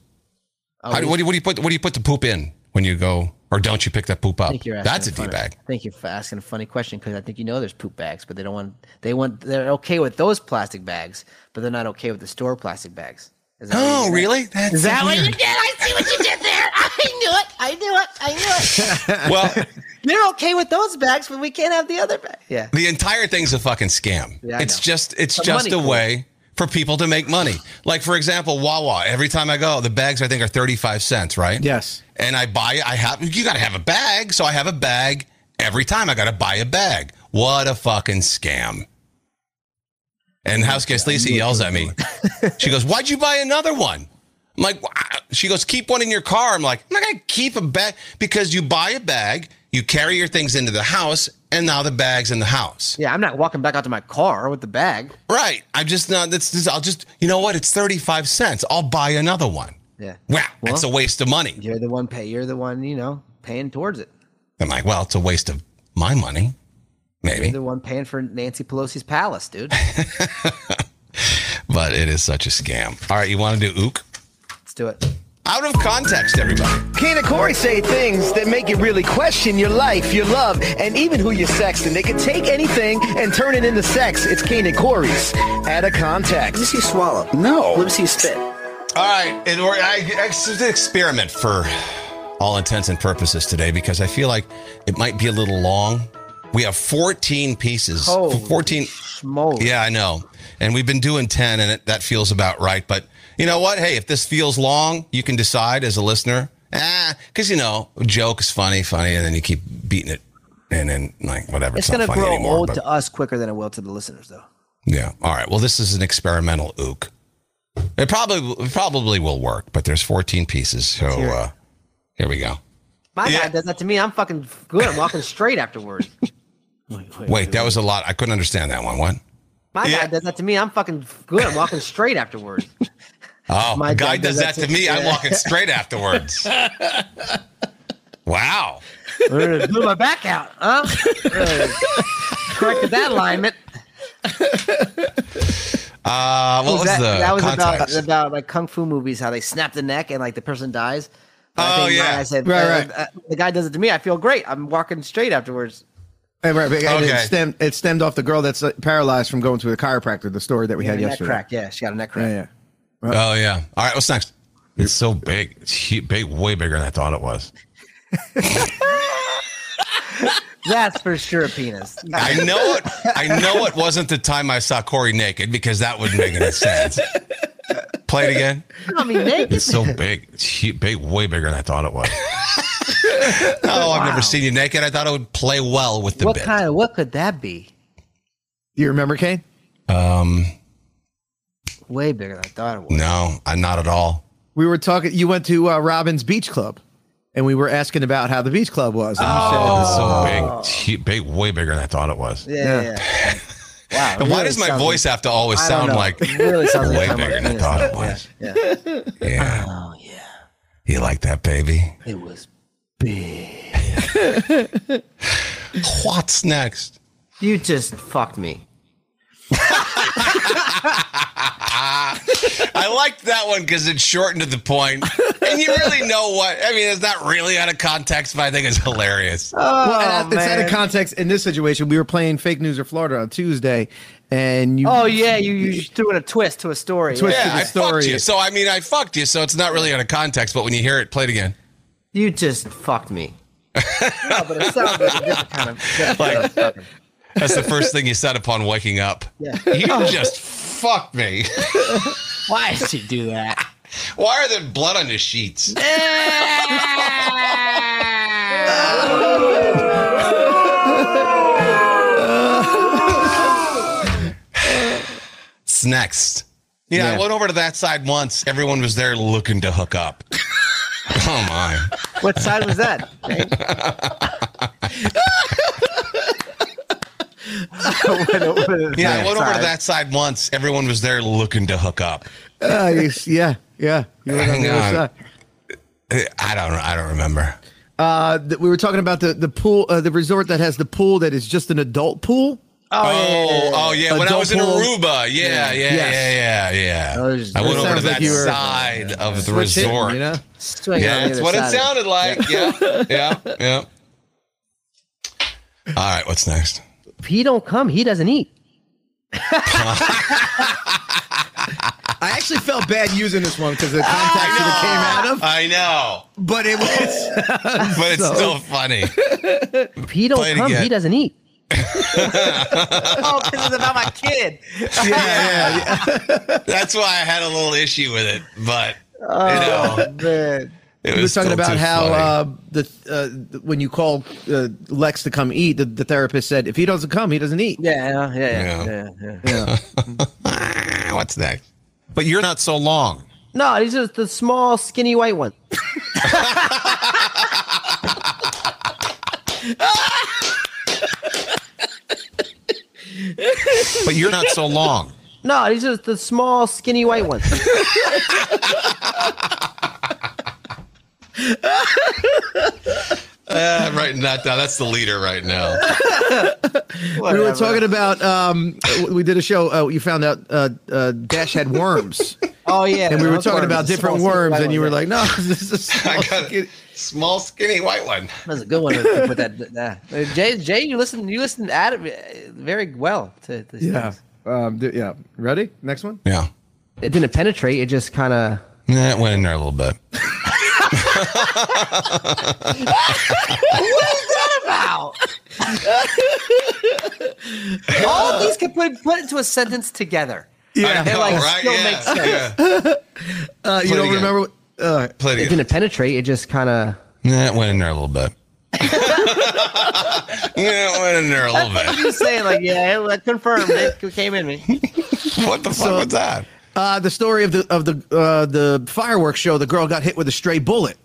Speaker 3: Oh,
Speaker 4: How do- what, do you, what do you put? What do you put the poop in when you go, or don't you pick that poop up?
Speaker 3: Thank you.
Speaker 4: That's a D bag.
Speaker 3: Thank you for asking a funny question because I think you know there's poop bags, but they don't want. They want. They're okay with those plastic bags, but they're not okay with the store plastic bags. Is that what
Speaker 4: Oh,
Speaker 3: you're-
Speaker 4: really? That's
Speaker 3: Is that what
Speaker 4: weird.
Speaker 3: you did? I see what you did there. I knew it. I knew it. I knew it.
Speaker 4: Well,
Speaker 3: You're okay with those bags, but we can't have the other bag. Yeah.
Speaker 4: The entire thing's a fucking scam.
Speaker 3: Yeah, I
Speaker 4: it's
Speaker 3: know.
Speaker 4: just it's
Speaker 3: But
Speaker 4: just
Speaker 3: money
Speaker 4: a
Speaker 3: cool.
Speaker 4: way for people to make money. Like for example, Wawa. Every time I go, the bags I think are thirty five cents, right?
Speaker 2: Yes.
Speaker 4: And I buy. I have. You got to have a bag, so I have a bag every time. I got to buy a bag. What a fucking scam. And house guest Lisa yells at me. She goes, "Why'd you buy another one?" I'm like, "Wha-" "She goes, keep one in your car." I'm like, "I'm not gonna keep a bag because you buy a bag, you carry your things into the house, and now the bag's in the house."
Speaker 3: Yeah, I'm not walking back out to my car with the bag.
Speaker 4: Right. I'm just not. That's just. I'll just. You know what? It's thirty five cents. I'll buy another one.
Speaker 3: Yeah.
Speaker 4: Wow, it's a waste of money.
Speaker 3: You're the one pay. You're the one, you know, paying towards it.
Speaker 4: I'm like, well, it's a waste of my money. Maybe.
Speaker 3: You're the one paying for Nancy Pelosi's palace, dude.
Speaker 4: but it is such a scam. All right, you want to do ook?
Speaker 3: Let's do it.
Speaker 4: Out of context, everybody.
Speaker 11: Kane and Corey say things that make you really question your life, your love, and even who you're sexting. They can take anything and turn it into sex. It's Kane and Corey's out of context. Let me see you swallow. No. Let me see you spit.
Speaker 4: All right, and we're, I, I- it's an experiment for all intents and purposes today because I feel like it might be a little long. We have 14 pieces.
Speaker 3: Holy
Speaker 4: 14. Yeah, I know. And we've been doing 10, and it, that feels about right. But you know what? Hey, if this feels long, you can decide as a listener. Ah, because you know, a joke is funny, funny, and then you keep beating it, and then like whatever.
Speaker 3: It's,
Speaker 4: not
Speaker 3: gonna
Speaker 4: funny
Speaker 3: grow
Speaker 4: anymore,
Speaker 3: old
Speaker 4: but-
Speaker 3: to us quicker than it will to the listeners, though.
Speaker 4: yeah. All right. Well, this is an experimental ook. It probably it probably will work, but there's 14 pieces. So uh, here we go.
Speaker 3: My guy does that to me. I'm fucking good. I'm walking straight afterwards.
Speaker 4: Wait, that was a lot. I couldn't understand that one. What?
Speaker 3: My guy does that to me. I'm fucking good. I'm walking straight afterwards.
Speaker 4: Oh,
Speaker 3: My
Speaker 4: guy
Speaker 3: dad
Speaker 4: does that to me. I'm
Speaker 3: yeah.
Speaker 4: walking straight afterwards. wow.
Speaker 3: Blew my back out, huh? Really corrected that alignment.
Speaker 4: Uh, what
Speaker 3: Who's
Speaker 4: was
Speaker 3: that,
Speaker 4: the
Speaker 3: that was about,
Speaker 4: context?
Speaker 3: about like kung fu movies, how they snap the neck and like the person dies. think
Speaker 4: Oh,
Speaker 3: my
Speaker 4: yeah.
Speaker 3: guy said,
Speaker 2: Right,
Speaker 3: uh,
Speaker 2: right.
Speaker 3: uh, the guy does it to me. I feel great. I'm walking straight afterwards.
Speaker 2: Hey, right, but
Speaker 4: Okay.
Speaker 2: and it, stemmed, it stemmed off the girl that's uh, paralyzed from going to the chiropractor, the story that we had
Speaker 3: neck
Speaker 2: yesterday.
Speaker 3: crack. Yeah, she got a neck crack.
Speaker 2: Yeah, yeah.
Speaker 4: oh yeah. All right. What's next? It's so big. It's hu- big, way bigger than I thought it was.
Speaker 3: That's for sure a penis.
Speaker 4: I know it. I know it wasn't the time I saw Corey naked because that wouldn't make any sense. Play it again.
Speaker 3: I mean, naked.
Speaker 4: It's so big. It's hu- big, way bigger than I thought it was. no, I've never seen you naked. I thought it would play well with the
Speaker 3: what
Speaker 4: bit.
Speaker 3: kind of what could that be?
Speaker 2: Do you remember Kane?
Speaker 4: um,
Speaker 3: Way bigger than I thought it was.
Speaker 4: no, I, not at all.
Speaker 2: We were talking. You went to uh, Robin's Beach Club, and we were asking about how the beach club was. And
Speaker 4: Oh,
Speaker 2: you said,
Speaker 4: it's so big. It's hu- big, way bigger than I thought it was.
Speaker 3: Yeah. yeah. Wow.
Speaker 4: And why does my voice have to always
Speaker 3: I don't
Speaker 4: sound
Speaker 3: know.
Speaker 4: like
Speaker 3: It really sounds like
Speaker 4: way
Speaker 3: I'm
Speaker 4: bigger
Speaker 3: a
Speaker 4: than I
Speaker 3: penis.
Speaker 4: thought it was?
Speaker 3: Yeah.
Speaker 4: Yeah. Oh yeah. You like that, baby?
Speaker 3: It was.
Speaker 4: What's next?
Speaker 3: You just fucked me.
Speaker 4: I liked that one because it's shortened to the point, and you really know what I mean. It's not really out of context, but I think it's hilarious.
Speaker 2: well, it's out
Speaker 3: man.
Speaker 2: of context in this situation. We were playing Fake News or Florida on Tuesday, and you.
Speaker 3: Oh yeah, you, you threw in a twist to a story.
Speaker 2: Twist
Speaker 4: yeah,
Speaker 2: to the
Speaker 4: I fucked
Speaker 2: story.
Speaker 4: you. So I mean, I fucked you. So it's not really out of context, but when you hear it played again,
Speaker 3: You just fucked me. no, but it sounds like a different kind of.
Speaker 4: like that's the first thing you said upon waking up.
Speaker 3: Yeah.
Speaker 4: You just fucked me.
Speaker 8: Why did you do that?
Speaker 4: Why are there blood on the sheets? It's next. Yeah, I
Speaker 2: Yeah.
Speaker 4: went over to that side once. Everyone was there looking to hook up. oh my.
Speaker 3: What side was that?
Speaker 4: Yeah, I
Speaker 3: Yeah,
Speaker 4: went over to
Speaker 3: sorry.
Speaker 4: that side once. Everyone was there looking to hook up.
Speaker 2: Uh, you s- yeah, yeah. You were on
Speaker 4: Hang
Speaker 2: the other
Speaker 4: on.
Speaker 2: side.
Speaker 4: Eh, I don't. I don't remember.
Speaker 2: Uh, th- we were talking about the the pool, uh, the resort that has the pool that is just an adult pool.
Speaker 4: Oh, oh yeah. When I
Speaker 2: Adult
Speaker 4: was in
Speaker 2: pool.
Speaker 4: Aruba. Yeah, yeah, yeah, yeah, yeah.
Speaker 3: That was-
Speaker 4: I went over
Speaker 2: that
Speaker 4: to
Speaker 2: sounds
Speaker 4: that
Speaker 2: like you were-
Speaker 4: side of the
Speaker 2: Switch hitting,
Speaker 4: resort.
Speaker 2: you know.
Speaker 3: Swing on the
Speaker 4: Yeah, that's
Speaker 3: other
Speaker 4: what it
Speaker 3: side of
Speaker 4: sounded like. Yeah, yeah, yeah. All right, what's next?
Speaker 3: If he don't come, he doesn't eat.
Speaker 2: I actually felt bad using this one because the context that it came out of,
Speaker 4: I know,
Speaker 2: but it was.
Speaker 4: but it's still funny.
Speaker 3: If he
Speaker 4: Play
Speaker 3: don't
Speaker 4: it
Speaker 3: come,
Speaker 4: again.
Speaker 3: he doesn't eat. oh, this is about my kid.
Speaker 4: yeah, yeah. That's why I had a little issue with it, but you know,
Speaker 3: Man.
Speaker 4: It
Speaker 2: you were
Speaker 4: was
Speaker 2: talking
Speaker 4: still
Speaker 2: about
Speaker 4: too
Speaker 2: how
Speaker 4: funny.
Speaker 2: uh, the uh, th- when you call uh, Lex to come eat, the, the therapist said, "If he doesn't come, he doesn't eat."
Speaker 3: Yeah, yeah,
Speaker 4: yeah,
Speaker 3: yeah. yeah,
Speaker 4: What's next? But you're not so long.
Speaker 3: No, he's just the small, skinny white one.
Speaker 4: But you're not so long.
Speaker 3: No, he's just the small, skinny white one.
Speaker 4: Uh, I'm writing that down. That's the leader right now.
Speaker 2: we were talking about um, we did a show. Uh, you found out uh, uh, Dash had worms.
Speaker 3: oh yeah,
Speaker 2: and we were
Speaker 3: those
Speaker 2: talking
Speaker 3: worms,
Speaker 2: about
Speaker 3: the
Speaker 2: different
Speaker 3: small, skinny
Speaker 2: worms,
Speaker 3: white
Speaker 2: and you were
Speaker 3: ones,
Speaker 2: like, "No, this is a
Speaker 4: I
Speaker 2: small
Speaker 4: got a small, skinny white one.
Speaker 3: That's a good one. to put that, that- uh, Jay, Jay, you listen, you listen at it very well. To, to
Speaker 2: Yeah. Um, d- yeah. Ready? Next one.
Speaker 4: Yeah.
Speaker 3: It didn't penetrate. It just kind of.
Speaker 4: Yeah, it went in there a little bit.
Speaker 3: what is that about? All of these could put put into a sentence together.
Speaker 4: Yeah. I
Speaker 3: It,
Speaker 4: know,
Speaker 3: like,
Speaker 4: right?
Speaker 3: still
Speaker 4: Yeah,
Speaker 3: makes sense.
Speaker 4: yeah.
Speaker 2: Uh,
Speaker 4: you Play it don't again. remember
Speaker 2: What, uh,
Speaker 4: Play it
Speaker 3: it
Speaker 4: again.
Speaker 3: didn't penetrate. It just kind of.
Speaker 4: Yeah, it went in there a little bit. yeah, it went in there a little bit.
Speaker 3: I'm just saying, like, yeah, it confirmed it came in me.
Speaker 4: What the fuck
Speaker 2: So-
Speaker 4: was that?
Speaker 2: Uh, the story of the of the uh, the fireworks show. The girl got hit with a stray bullet.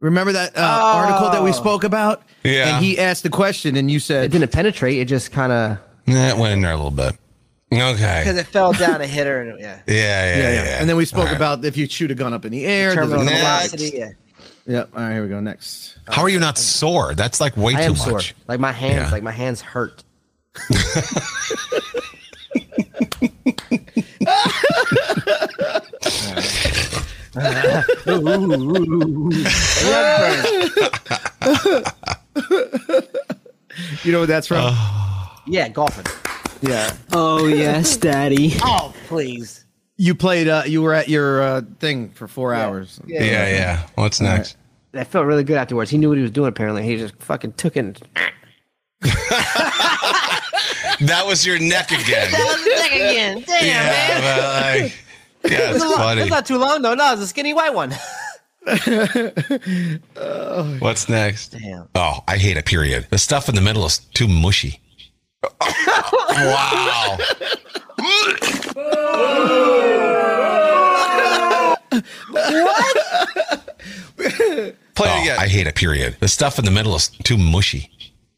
Speaker 2: Remember that uh, article that we spoke about?
Speaker 4: Yeah.
Speaker 2: And he asked the question, and you said,
Speaker 3: Oh. It didn't penetrate. It just kind of.
Speaker 4: Yeah, it went in there a little bit. Okay.
Speaker 3: Because it fell down and hit her, and yeah.
Speaker 4: Yeah, yeah, yeah.
Speaker 2: And then we spoke
Speaker 4: All right.
Speaker 2: about if you shoot a gun up in the air. does
Speaker 3: Terminal
Speaker 2: it-
Speaker 3: velocity. Yeah.
Speaker 2: Yep. All right. Here we go. Next.
Speaker 4: How are you not sore? That's like way
Speaker 3: I
Speaker 4: too
Speaker 3: am
Speaker 4: much.
Speaker 3: sore. Like my hands,
Speaker 4: Yeah.
Speaker 3: like my hands hurt.
Speaker 2: You know what that's from?
Speaker 3: Yeah, golfing.
Speaker 2: yeah.
Speaker 13: Oh yes, Daddy.
Speaker 3: Oh, please.
Speaker 2: You played. Uh, you were at your uh, thing for four hours.
Speaker 4: Yeah, yeah. What's next?
Speaker 3: That felt really good afterwards. He knew what he was doing. Apparently, he just fucking took it. and-
Speaker 4: That was your neck again.
Speaker 3: Back again. Damn,
Speaker 4: yeah, well, I- yeah, it's
Speaker 3: That's a lot-
Speaker 4: funny.
Speaker 3: that's not too long though. No, it's a skinny white one.
Speaker 4: What's next?
Speaker 3: Damn.
Speaker 4: Oh, I hate a period. The stuff in the middle is too mushy. wow. Play it again. Oh, I hate a period. The stuff in the middle is too mushy.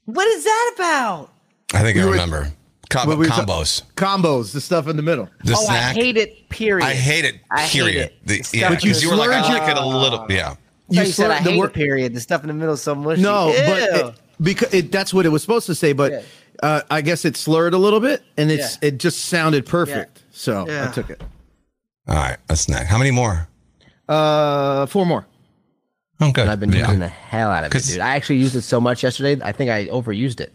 Speaker 3: What is that about?
Speaker 4: I think I
Speaker 2: We were-
Speaker 4: remember. Combo,
Speaker 2: What we were ta-
Speaker 4: combos.
Speaker 2: Combos. The stuff in the middle.
Speaker 4: The
Speaker 3: oh,
Speaker 4: snack.
Speaker 3: I hate it. Period.
Speaker 4: I hate it.
Speaker 3: I hate
Speaker 4: Period.
Speaker 3: it.
Speaker 4: The-
Speaker 3: Stuff
Speaker 4: yeah,
Speaker 3: in
Speaker 2: But you
Speaker 4: because you were like, I
Speaker 2: slurred
Speaker 4: like it a little. Yeah.
Speaker 3: You, said
Speaker 2: slurred
Speaker 3: I
Speaker 2: the
Speaker 3: hate
Speaker 2: word-
Speaker 3: it. Period. The stuff in the middle is so mushy.
Speaker 2: No,
Speaker 3: Ew.
Speaker 2: but it, because it, that's what it was supposed to say, but
Speaker 3: Yeah.
Speaker 2: uh, I guess it slurred a little bit, and it's it just sounded perfect, so
Speaker 3: Yeah.
Speaker 2: I took it.
Speaker 4: All right. That's next. How many more?
Speaker 2: Uh, four more.
Speaker 4: Oh, good.
Speaker 3: I've been
Speaker 4: Yeah.
Speaker 3: using the hell out of it,
Speaker 4: 'Cause-
Speaker 3: dude. I actually used it so much yesterday. I think I overused it.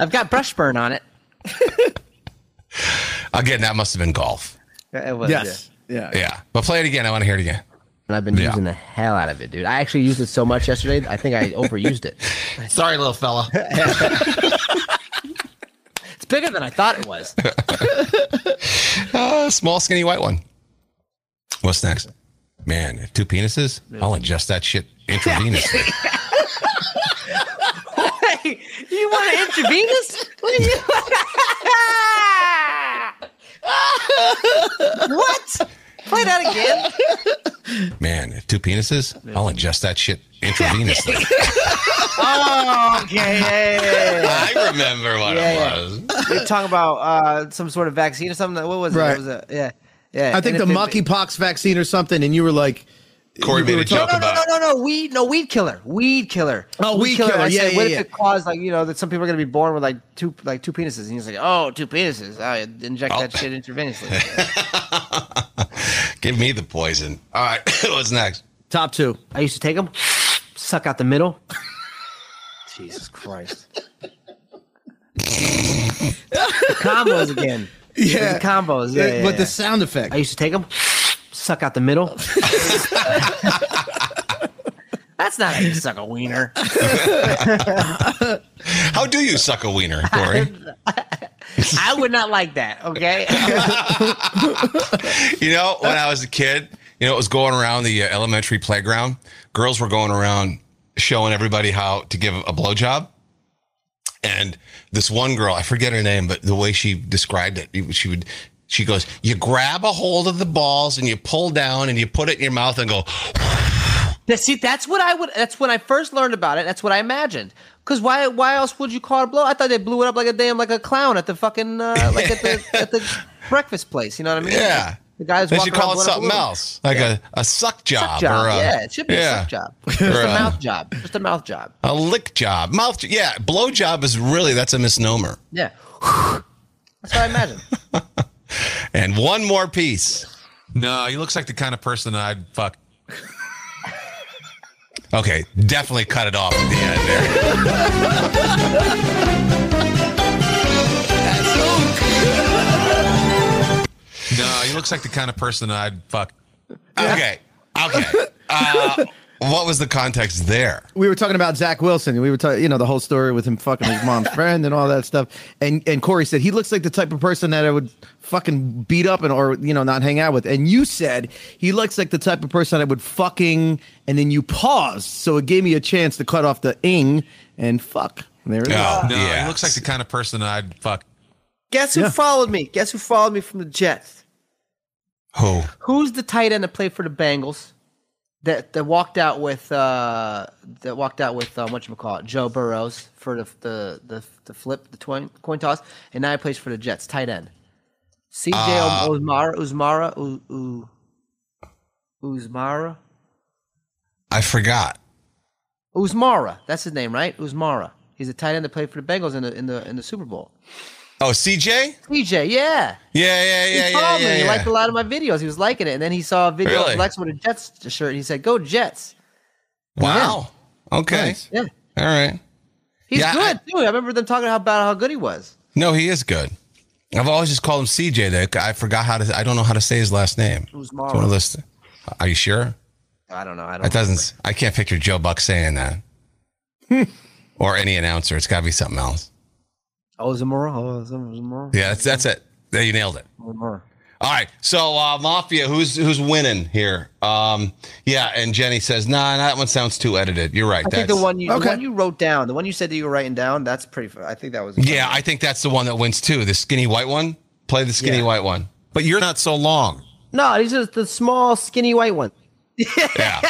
Speaker 3: I've got brush burn on it.
Speaker 4: Again, that must have been golf.
Speaker 3: It was,
Speaker 2: yes. Yeah.
Speaker 4: Yeah. But play it again. I want to hear it again.
Speaker 3: And I've been
Speaker 4: Yeah.
Speaker 3: using the hell out of it, dude. I actually used it so much yesterday. I think I overused it.
Speaker 4: Sorry, little fella.
Speaker 3: It's bigger than I thought it was.
Speaker 4: Uh, small, skinny, white one. What's next? Man, two penises? I'll ingest that shit intravenously.
Speaker 3: Hey, you want to intervene us? What? do you- What? Play that again.
Speaker 4: Man, two penises? I'll ingest that shit intravenously.
Speaker 3: Oh, okay. yeah, yeah, yeah.
Speaker 4: I remember what
Speaker 3: Yeah, yeah.
Speaker 4: it was.
Speaker 3: You're talking about uh, some sort of vaccine or something. What was it?
Speaker 2: Right.
Speaker 3: It was a, yeah, yeah.
Speaker 2: I think
Speaker 3: And
Speaker 2: the
Speaker 3: if it-
Speaker 2: monkeypox vaccine or something, and you were like,
Speaker 4: Corey
Speaker 2: we
Speaker 4: made
Speaker 2: were
Speaker 4: a
Speaker 2: talking-
Speaker 4: joke
Speaker 3: No, no,
Speaker 4: about
Speaker 3: no, no, no, no. Weed, no weed killer. Weed killer.
Speaker 2: Oh, weed
Speaker 3: And
Speaker 2: killer.
Speaker 3: I
Speaker 2: Yeah,
Speaker 3: said,
Speaker 2: yeah,
Speaker 3: what
Speaker 2: yeah.
Speaker 3: if it caused like you know that some people are gonna be born with like two like two penises? And he's like, oh, two penises. I inject
Speaker 2: Oh.
Speaker 3: that shit intravenously.
Speaker 4: Give me the poison. All right. What's next?
Speaker 2: top two.
Speaker 3: I used to take them, suck out the middle. Jesus Christ. the combos again.
Speaker 2: Yeah.
Speaker 3: The combos. Yeah, yeah,
Speaker 2: but
Speaker 3: yeah.
Speaker 2: the sound effect.
Speaker 3: I used to take them, suck out the middle. That's not how you suck a wiener.
Speaker 4: How do you suck a wiener, Corey?
Speaker 3: I would not like that. Okay.
Speaker 4: you know, when I was a kid, You know, it was going around the uh, elementary playground. Girls were going around showing everybody how to give a blowjob. And this one girl, I forget her name, but the way she described it, she would, she goes, you grab a hold of the balls and you pull down and you put it in your mouth and go,
Speaker 3: Now, see, that's what I would. That's when I first learned about it. That's what I imagined. Cause why? Why else would you call it a blow? I thought they blew it up like a damn like a clown at the fucking uh, like at the at the breakfast place. You know what I mean?
Speaker 4: Yeah.
Speaker 3: The guys.
Speaker 4: They
Speaker 3: walking
Speaker 4: should
Speaker 3: around
Speaker 4: call it
Speaker 3: blowing up
Speaker 4: something
Speaker 3: balloons.
Speaker 4: else, like a, a suck
Speaker 3: Suck
Speaker 4: job,
Speaker 3: job.
Speaker 4: or a,
Speaker 3: yeah, it should be
Speaker 4: yeah.
Speaker 3: a suck job. Just
Speaker 4: Or
Speaker 3: a
Speaker 4: a-
Speaker 3: mouth job. Just a mouth job.
Speaker 4: a lick job, mouth. Yeah, blow job is really that's a misnomer.
Speaker 3: Yeah. That's what I imagined.
Speaker 4: And one more piece. No, he looks like the kind of person I'd fuck. okay, definitely cut it off at the end there. No, he looks like the kind of person I'd fuck. Okay, okay. Uh, what was the context there?
Speaker 2: we were talking about Zach Wilson. We were talking, you know, the whole story with him fucking his mom's friend and all that stuff. And and Corey said he looks like the type of person that I would fucking beat up and or you know not hang out with. And you said he looks like the type of person I would fucking. And then you paused, so it gave me a chance to cut off the ing and fuck. There it is.
Speaker 4: Oh, he looks like the kind of person I'd fuck.
Speaker 3: Guess who followed me? Guess who followed me from the Jets?
Speaker 4: Who?
Speaker 3: Who's the tight end that played for the Bengals? That that walked out with uh that walked out with uh, what you call it Joe Burrows for the the the, the flip the coin coin toss and now he plays for the Jets tight end. CJ
Speaker 4: Uh,
Speaker 3: Uzmara Uzmara U- U- Uzmara
Speaker 4: I forgot.
Speaker 3: Uzmara that's his name right Uzmara he's a tight end that played for the Bengals in the in the in the Super Bowl.
Speaker 4: Oh, CJ?
Speaker 3: CJ yeah.
Speaker 4: Yeah, yeah,
Speaker 3: He
Speaker 4: yeah, yeah,
Speaker 3: followed me.
Speaker 4: yeah.
Speaker 3: He
Speaker 4: yeah.
Speaker 3: liked a lot of my videos. He was liking it, and then he saw a video
Speaker 4: Really?
Speaker 3: of Lex with a Jets shirt, and he said, "Go Jets!"
Speaker 4: Wow. Okay.
Speaker 3: Nice. Yeah,
Speaker 4: All right.
Speaker 3: he's
Speaker 4: Yeah,
Speaker 3: good too. I remember them talking about how good he was.
Speaker 4: No, he is good. I've always just called him CJ. Though. I forgot how to. I don't know how to say his last name.
Speaker 3: Who's
Speaker 4: It's one of those- Are you sure?
Speaker 3: I don't know. I don't.
Speaker 4: That doesn't. I can't picture Joe Buck saying that, Hmm. or any announcer. It's got to be something else.
Speaker 3: Oh, Zamora. Oh, Zamora.
Speaker 4: Yeah, that's that's it. There, you nailed it.
Speaker 3: Zamora.
Speaker 4: All right. So uh, Mafia, who's who's winning here? Um, yeah, and Jenny says, "Nah, that one sounds too edited." You're right.
Speaker 3: I think the
Speaker 4: that's-
Speaker 3: one you the one you wrote down, the one you said that you were writing down, that's pretty. fu- I think that was.
Speaker 4: Yeah, I think that's the one that wins too. The skinny white one. Play the skinny white one. But you're not so long.
Speaker 3: No, he's just the small, skinny white one.
Speaker 4: Yeah.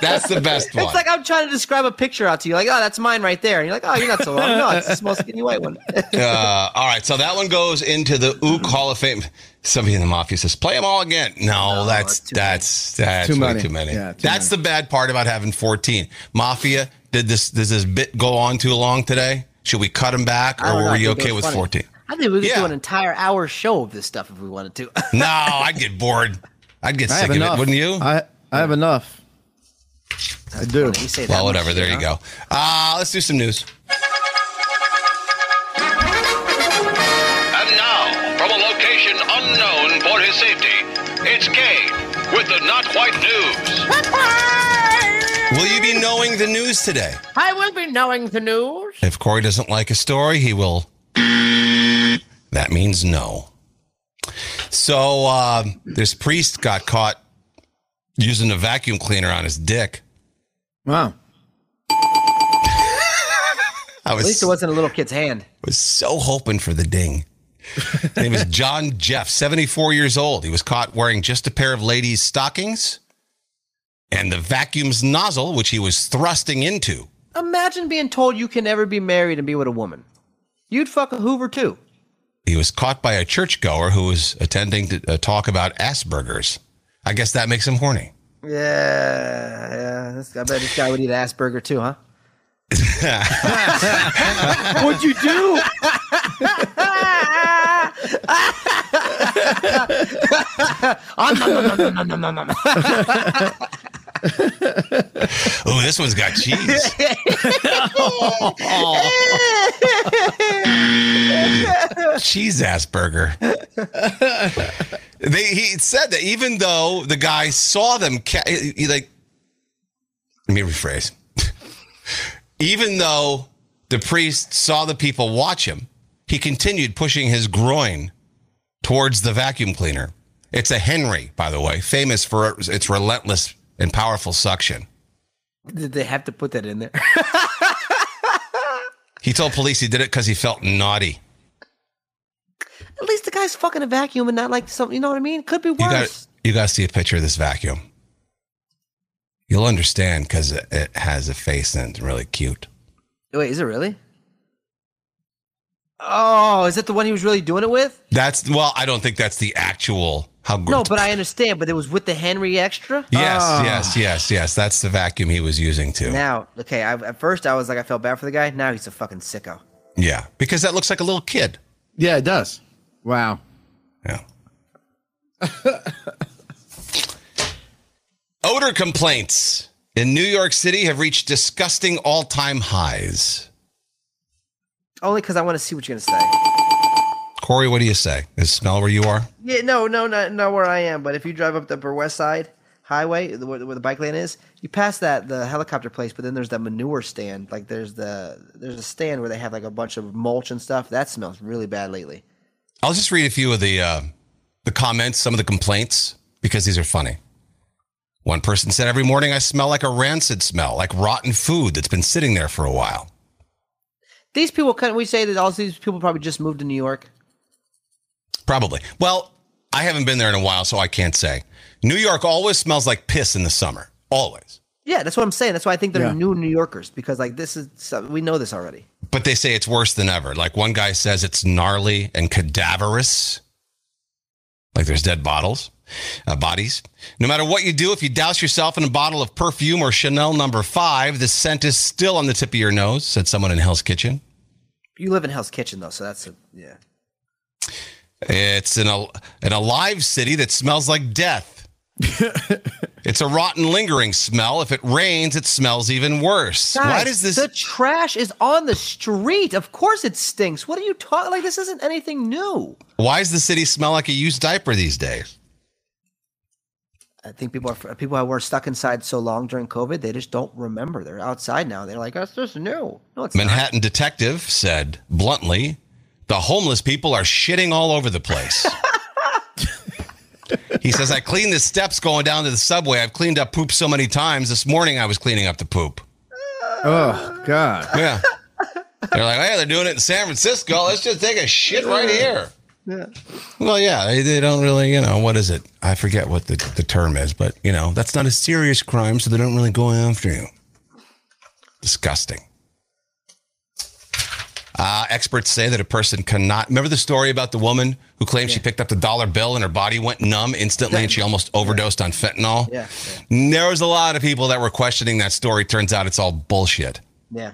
Speaker 4: that's the best one.
Speaker 3: It's like I'm trying to describe a picture out to you, like, oh, that's mine right there, and you're like, oh, you're not so long. No, it's the small, skinny white one.
Speaker 4: uh, all right, so that one goes into the Ook Hall of Fame. Somebody in the mafia says, "Play them all again." No, that's that's that's
Speaker 2: Too
Speaker 4: way
Speaker 2: many.
Speaker 4: too many.
Speaker 2: Yeah, too
Speaker 4: that's the bad part about having fourteen. Mafia, did this does this bit go on too long today? Should we cut them back,
Speaker 3: I don't
Speaker 4: or
Speaker 3: know,
Speaker 4: were
Speaker 3: I
Speaker 4: we
Speaker 3: think it
Speaker 4: okay
Speaker 3: was
Speaker 4: with
Speaker 3: funny.
Speaker 4: fourteen?
Speaker 3: I think we could do an entire hour show of this stuff if we wanted to.
Speaker 4: No, I'd get bored. I'd get
Speaker 2: I
Speaker 4: sick
Speaker 2: have
Speaker 4: of
Speaker 2: enough.
Speaker 4: it, wouldn't you?
Speaker 2: I I have enough. I do.
Speaker 4: well, whatever. There you go. Uh, let's do some news.
Speaker 14: And now, from a location unknown for his safety, it's Kane with the Not Quite News.
Speaker 4: Will you be knowing the news today?
Speaker 9: I will be knowing the news.
Speaker 4: If Corey doesn't like a story, he will. That means no. So um, this priest got caught using a vacuum cleaner on his dick.
Speaker 2: Wow.
Speaker 4: I
Speaker 3: At
Speaker 4: was
Speaker 3: least it wasn't a little kid's hand.
Speaker 4: was so hoping for the ding. His name is John Jeff, 74 years old. He was caught wearing just a pair of ladies' stockings and the vacuum's nozzle, which he was thrusting into.
Speaker 3: Imagine being told you can never be married and be with a woman. You'd fuck a Hoover too.
Speaker 4: He was caught by a churchgoer who was attending to, a talk about Asperger's. I guess that makes him horny.
Speaker 3: Yeah, yeah. This, I bet this guy would eat Asperger too, huh?
Speaker 10: What'd you do?
Speaker 3: Oh, no, no, no, no, no, no, no, no.
Speaker 4: Oh, this one's got cheese. cheese Asperger. they he said that even though the guy saw them, ca- he, he like let me rephrase. even though the priest saw the people watch him, he continued pushing his groin towards the vacuum cleaner It's a Henry, by the way, famous for its relentless and powerful suction.
Speaker 3: Did they have to put that in there?
Speaker 4: He told police he did it because he felt naughty.
Speaker 3: At least the guy's fucking a vacuum and not like something. You know what I mean? Could be worse.
Speaker 4: You got you got to see a picture of this vacuum. You'll understand because it, it has a face and it's really cute.
Speaker 3: Wait, is it really? Oh, is that the one he was really doing it with?
Speaker 4: That's well, I don't think that's the actual how.
Speaker 3: No, but I understand. But it was with the Henry extra.
Speaker 4: Yes,
Speaker 3: Ah.
Speaker 4: yes, yes, yes. That's the vacuum he was using too.
Speaker 3: Now, okay. I, at first, I was like, I felt bad for the guy. Now he's a fucking sicko.
Speaker 4: Yeah, because that looks like a little kid.
Speaker 2: Yeah, it does. Wow.
Speaker 4: Yeah. Odor complaints in New York City have reached disgusting all-time highs.
Speaker 3: Only because I want to see what you're gonna say.
Speaker 4: Corey, what do you say? Is smell where you are?
Speaker 3: Yeah, no, no, not not where I am. But if you drive up the Upper West Side Highway, the- where, where the bike lane is, you pass that the helicopter place. But then there's that manure stand. Like there's the there's a stand where they have like a bunch of mulch and stuff. That smells really bad lately.
Speaker 4: I'll just read a few of the uh, the comments, some of the complaints, because these are funny. One person said, "Every morning I smell like a rancid smell, like rotten food that's been sitting there for a while."
Speaker 3: These people, couldn't we say that all these people probably just moved to New York?
Speaker 4: Probably. Well, I haven't been there in a while, so I can't say. New York always smells like piss in the summer. Always.
Speaker 3: Yeah, that's what I'm saying. That's why I think they're
Speaker 4: Yeah.
Speaker 3: new New Yorkers because like this is so- we know this already.
Speaker 4: But they say it's worse than ever. Like one guy says it's gnarly and cadaverous. Like there's dead bottles, uh, bodies. No matter what you do, if you douse yourself in a bottle of perfume or Chanel number five, the scent is still on the tip of your nose, said someone in Hell's Kitchen.
Speaker 3: You live in Hell's Kitchen though, so that's a, yeah.
Speaker 4: It's an, al- an alive city that smells like death. it's a rotten, lingering smell. If it rains, it smells even worse. Why
Speaker 3: Guys,
Speaker 4: does this?
Speaker 3: The trash is on the street. Of course it stinks. What are you talking? Like this isn't anything new.
Speaker 4: Why does the city smell like a used diaper these days?
Speaker 3: I think people are people who were stuck inside so long during COVID, they just don't remember. They're outside now. They're like, that's just new. No, it's not.
Speaker 4: Manhattan detective said bluntly, "The homeless people are shitting all over the place." he says, "I cleaned the steps going down to the subway. I've cleaned up poop so many times. This morning I was cleaning up the poop."
Speaker 2: Oh God.
Speaker 4: Yeah. They're like, "Hey, they're doing it in San Francisco. Let's just take a shit right here."
Speaker 3: Yeah.
Speaker 4: Well, yeah, they, they don't really, you know, what is it? I forget what the, the term is, but you know, that's not a serious crime, so they don't really go after you. Disgusting. Uh, experts say that a person cannot. Remember the story about the woman who claimed she picked up the dollar bill and her body went numb instantly and she almost overdosed on fentanyl?
Speaker 3: Yeah,
Speaker 4: There was a lot of people that were questioning that story. Turns out it's all bullshit.
Speaker 3: Yeah.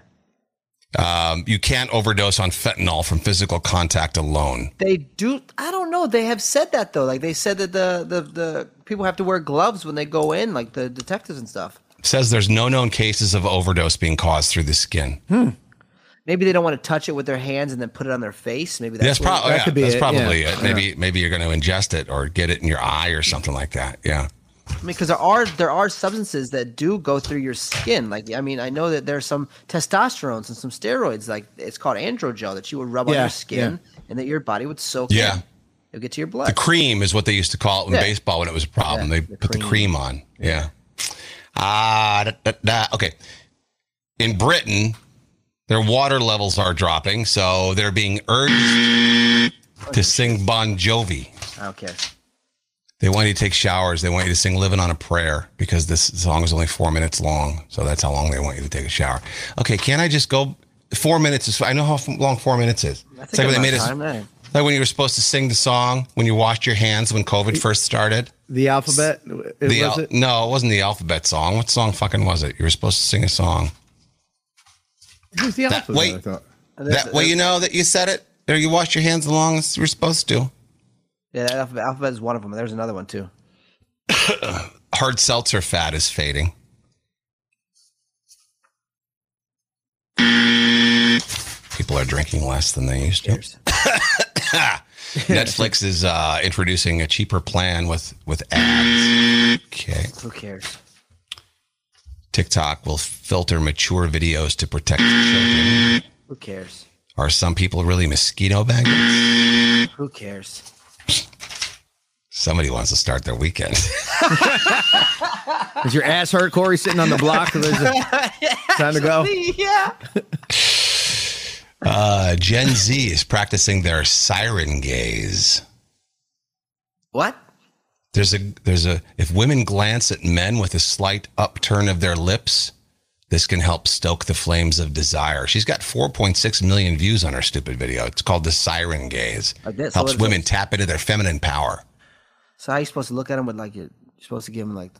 Speaker 4: Um, you can't overdose on fentanyl from physical contact alone.
Speaker 3: They do. I don't know. They have said that though. Like they said that the the, the people have to wear gloves when they go in, like the detectives and stuff.
Speaker 4: says there's no known cases of overdose being caused through the skin.
Speaker 3: Maybe they don't want to touch it with their hands and then put it on their face. Maybe that's
Speaker 4: That's,
Speaker 3: what-
Speaker 4: probably yeah, that's probably it. Maybe maybe you're going to ingest it or get it in your eye or something like that. Yeah.
Speaker 3: I mean, because there are there are substances that do go through your skin. Like, I mean, I know that there's some testosterones and some steroids. Like, it's called androgel that you would rub on
Speaker 4: Yeah,
Speaker 3: your skin, and that your body would soak.
Speaker 4: Yeah.
Speaker 3: in. it'll get to your blood.
Speaker 4: The cream is what they used to call it in
Speaker 3: Yeah.
Speaker 4: baseball when it was a problem. they put the cream on. Yeah. Ah, da, da, da. okay. In Britain, their water levels are dropping, so they're being urged to sing Bon Jovi.
Speaker 3: Okay.
Speaker 4: They want you to take showers. They want you to sing Living on a Prayer because this song is only four minutes long. So that's how long they want you to take a shower. Okay, can't I just go? Four minutes is, I know how f- long four minutes is. It's like when they made us,
Speaker 3: eh?
Speaker 4: like when you were supposed to sing the song when you washed your hands when COVID first started.
Speaker 2: The alphabet. It
Speaker 4: The
Speaker 2: was
Speaker 4: al-
Speaker 2: it?
Speaker 4: No, it wasn't the alphabet song. What song fucking was it? You were supposed to sing a song.
Speaker 2: Who's the
Speaker 4: That-
Speaker 2: alphabet?
Speaker 4: wait.
Speaker 2: I thought.
Speaker 4: That way you know that you said it or you washed your hands as long as you were supposed to.
Speaker 3: Yeah, that alphabet, alphabet is one of them. There's another one too.
Speaker 4: Hard seltzer fat is fading. People are drinking less than they used to. Netflix is uh, introducing a cheaper plan with with ads. Okay.
Speaker 3: Who cares?
Speaker 4: TikTok will filter mature videos to protect children.
Speaker 3: Who cares?
Speaker 4: Are some people really mosquito baggers?
Speaker 3: Who cares?
Speaker 4: Somebody wants to start their weekend.
Speaker 2: Is your ass hurt, Corey? Sitting on the block. There's a- time to go.
Speaker 3: yeah.
Speaker 4: Uh, Gen Z is practicing their siren gaze.
Speaker 3: What?
Speaker 4: There's a there's a if women glance at men with a slight upturn of their lips, this can help stoke the flames of desire. She's got 4.6 million views on her stupid video. It's called the siren gaze.
Speaker 3: I guess-
Speaker 4: Helps
Speaker 3: so it's-
Speaker 4: women tap into their feminine power.
Speaker 3: So how you supposed to look at him with like your? You're supposed to give him like.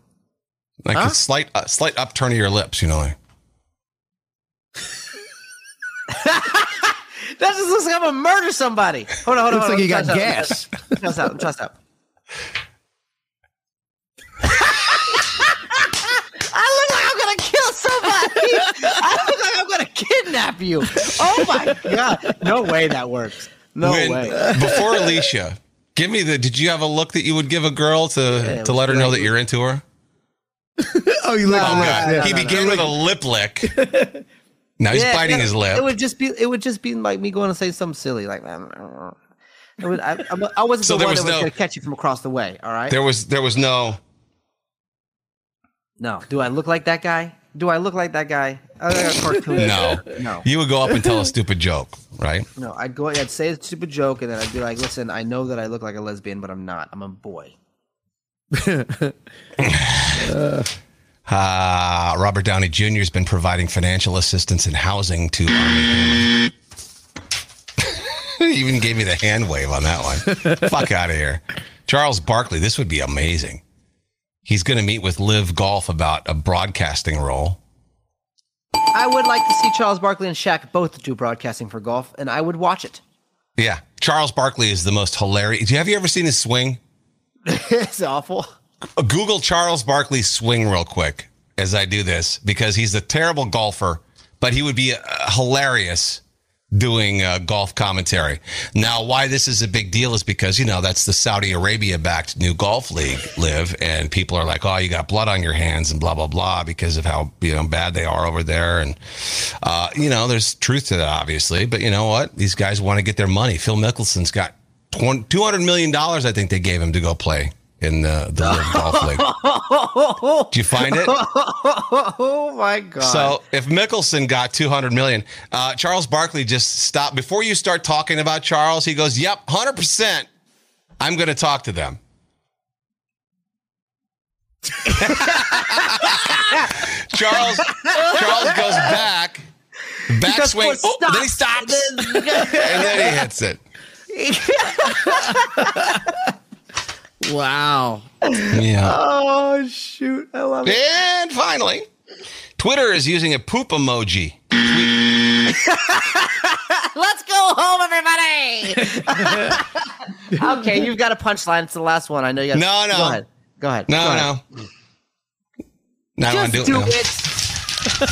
Speaker 4: Like
Speaker 3: Huh?
Speaker 4: a slight uh, slight upturn of your lips, you know. Like,
Speaker 3: That just looks like I'm gonna murder somebody. Hold on, hold on.
Speaker 2: Looks
Speaker 3: hold on.
Speaker 2: like you got
Speaker 3: Trust out,
Speaker 2: gas.
Speaker 3: Trust out. Trust out. I look like I'm gonna kill somebody. I look like I'm gonna kidnap you. Oh my god! No way that works. No
Speaker 4: When-
Speaker 3: way.
Speaker 4: Before Alicia, give me the. Did you have a look that you would give a girl to
Speaker 3: it
Speaker 4: to
Speaker 3: was
Speaker 4: let her know that you're into her?
Speaker 2: oh, you look.
Speaker 4: Oh god,
Speaker 2: yeah.
Speaker 4: he began with a lip lick. now he's
Speaker 3: Yeah,
Speaker 4: biting
Speaker 3: yeah,
Speaker 4: his
Speaker 3: It
Speaker 4: lip.
Speaker 3: would just be. It would just be like me going to say something silly, like. I don't know. It would- I, I- I wasn't
Speaker 4: So
Speaker 3: the
Speaker 4: there
Speaker 3: one
Speaker 4: was
Speaker 3: that was
Speaker 4: no-
Speaker 3: going to catch you from across the way. All right.
Speaker 4: There was there was no.
Speaker 3: no. Do I look like that guy? Do I look like that guy? Oh, I look like a cartoon.
Speaker 4: No.
Speaker 3: No.
Speaker 4: You would go up and tell a stupid joke, right?
Speaker 3: No, I'd go. I'd say a stupid joke, and then I'd be like, "Listen, I know that I look like a lesbian, but I'm not. I'm a boy."
Speaker 4: Uh, Robert Downey Jr. has been providing financial assistance and housing to Army. He Even gave me the hand wave on that one. Fuck out of here. Charles Barkley, this would be amazing. He's going to meet with Liv Golf about a broadcasting role.
Speaker 3: I would like to see Charles Barkley and Shaq both do broadcasting for golf, and I would watch it.
Speaker 4: Yeah, Charles Barkley is the most hilarious. Have you ever seen his swing?
Speaker 3: it's awful.
Speaker 4: Uh, Google Charles Barkley swing real quick as I do this because he's a terrible golfer, but he would be uh, hilarious doing uh, golf commentary. Now, why this is a big deal is because, you know, that's the Saudi Arabia backed new golf league live and people are like, "Oh, you got blood on your hands and blah blah blah because of how, you know, bad they are over there." And uh, you know, there's truth to that obviously, but you know what? These guys want to get their money. Phil Mickelson's got 20 $200 million I think they gave him to go play in the, the Live golf league.
Speaker 3: Did
Speaker 4: you find it?
Speaker 3: oh my god!
Speaker 4: So if Mickelson got 200 million, uh, Charles Barkley just stopped. Before you start talking about Charles, he goes, Yep, 100%. I'm going to talk to them. Charles Charles goes back, backswing. Oh, then he stops. and then he hits it.
Speaker 2: Wow.
Speaker 4: Yeah.
Speaker 3: Oh shoot! I love it.
Speaker 4: And finally, Twitter is using a poop emoji.
Speaker 10: Let's go home, everybody.
Speaker 3: okay, you've got a punchline. It's the last one. I know you. Got
Speaker 4: No, no.
Speaker 3: Go ahead. Go ahead.
Speaker 4: No,
Speaker 3: Go ahead.
Speaker 4: no. No, I don't
Speaker 3: Just
Speaker 4: wanna do it.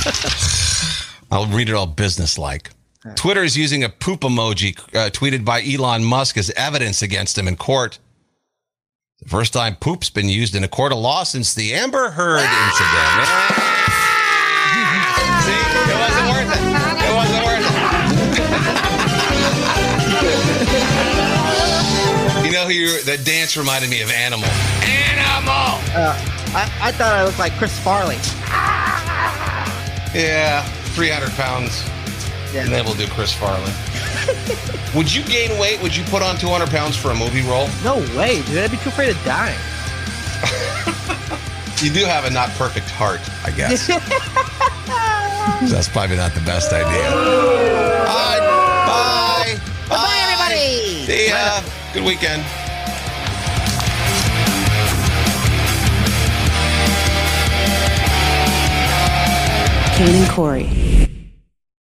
Speaker 3: do
Speaker 4: now.
Speaker 3: it.
Speaker 4: I'll read it all business like. Twitter is using a poop emoji uh, tweeted by Elon Musk as evidence against him in court. The first time poop's been used in a court of law since the Amber Heard incident. See, it wasn't worth it. It wasn't worth it. You know who you, that dance reminded me of Animal. Animal.
Speaker 3: Uh, I, I thought I looked like Chris Farley.
Speaker 4: Yeah, 300 pounds. And then we'll do Chris Farley. would you gain weight? Would you put on 200 pounds for a movie role?
Speaker 3: No way, dude. I'd be too afraid of dying.
Speaker 4: You do have a not perfect heart, I guess. so that's probably not the best idea. Bye. Bye. Bye,
Speaker 10: everybody.
Speaker 4: See ya. Good weekend.
Speaker 1: Kane and Corey.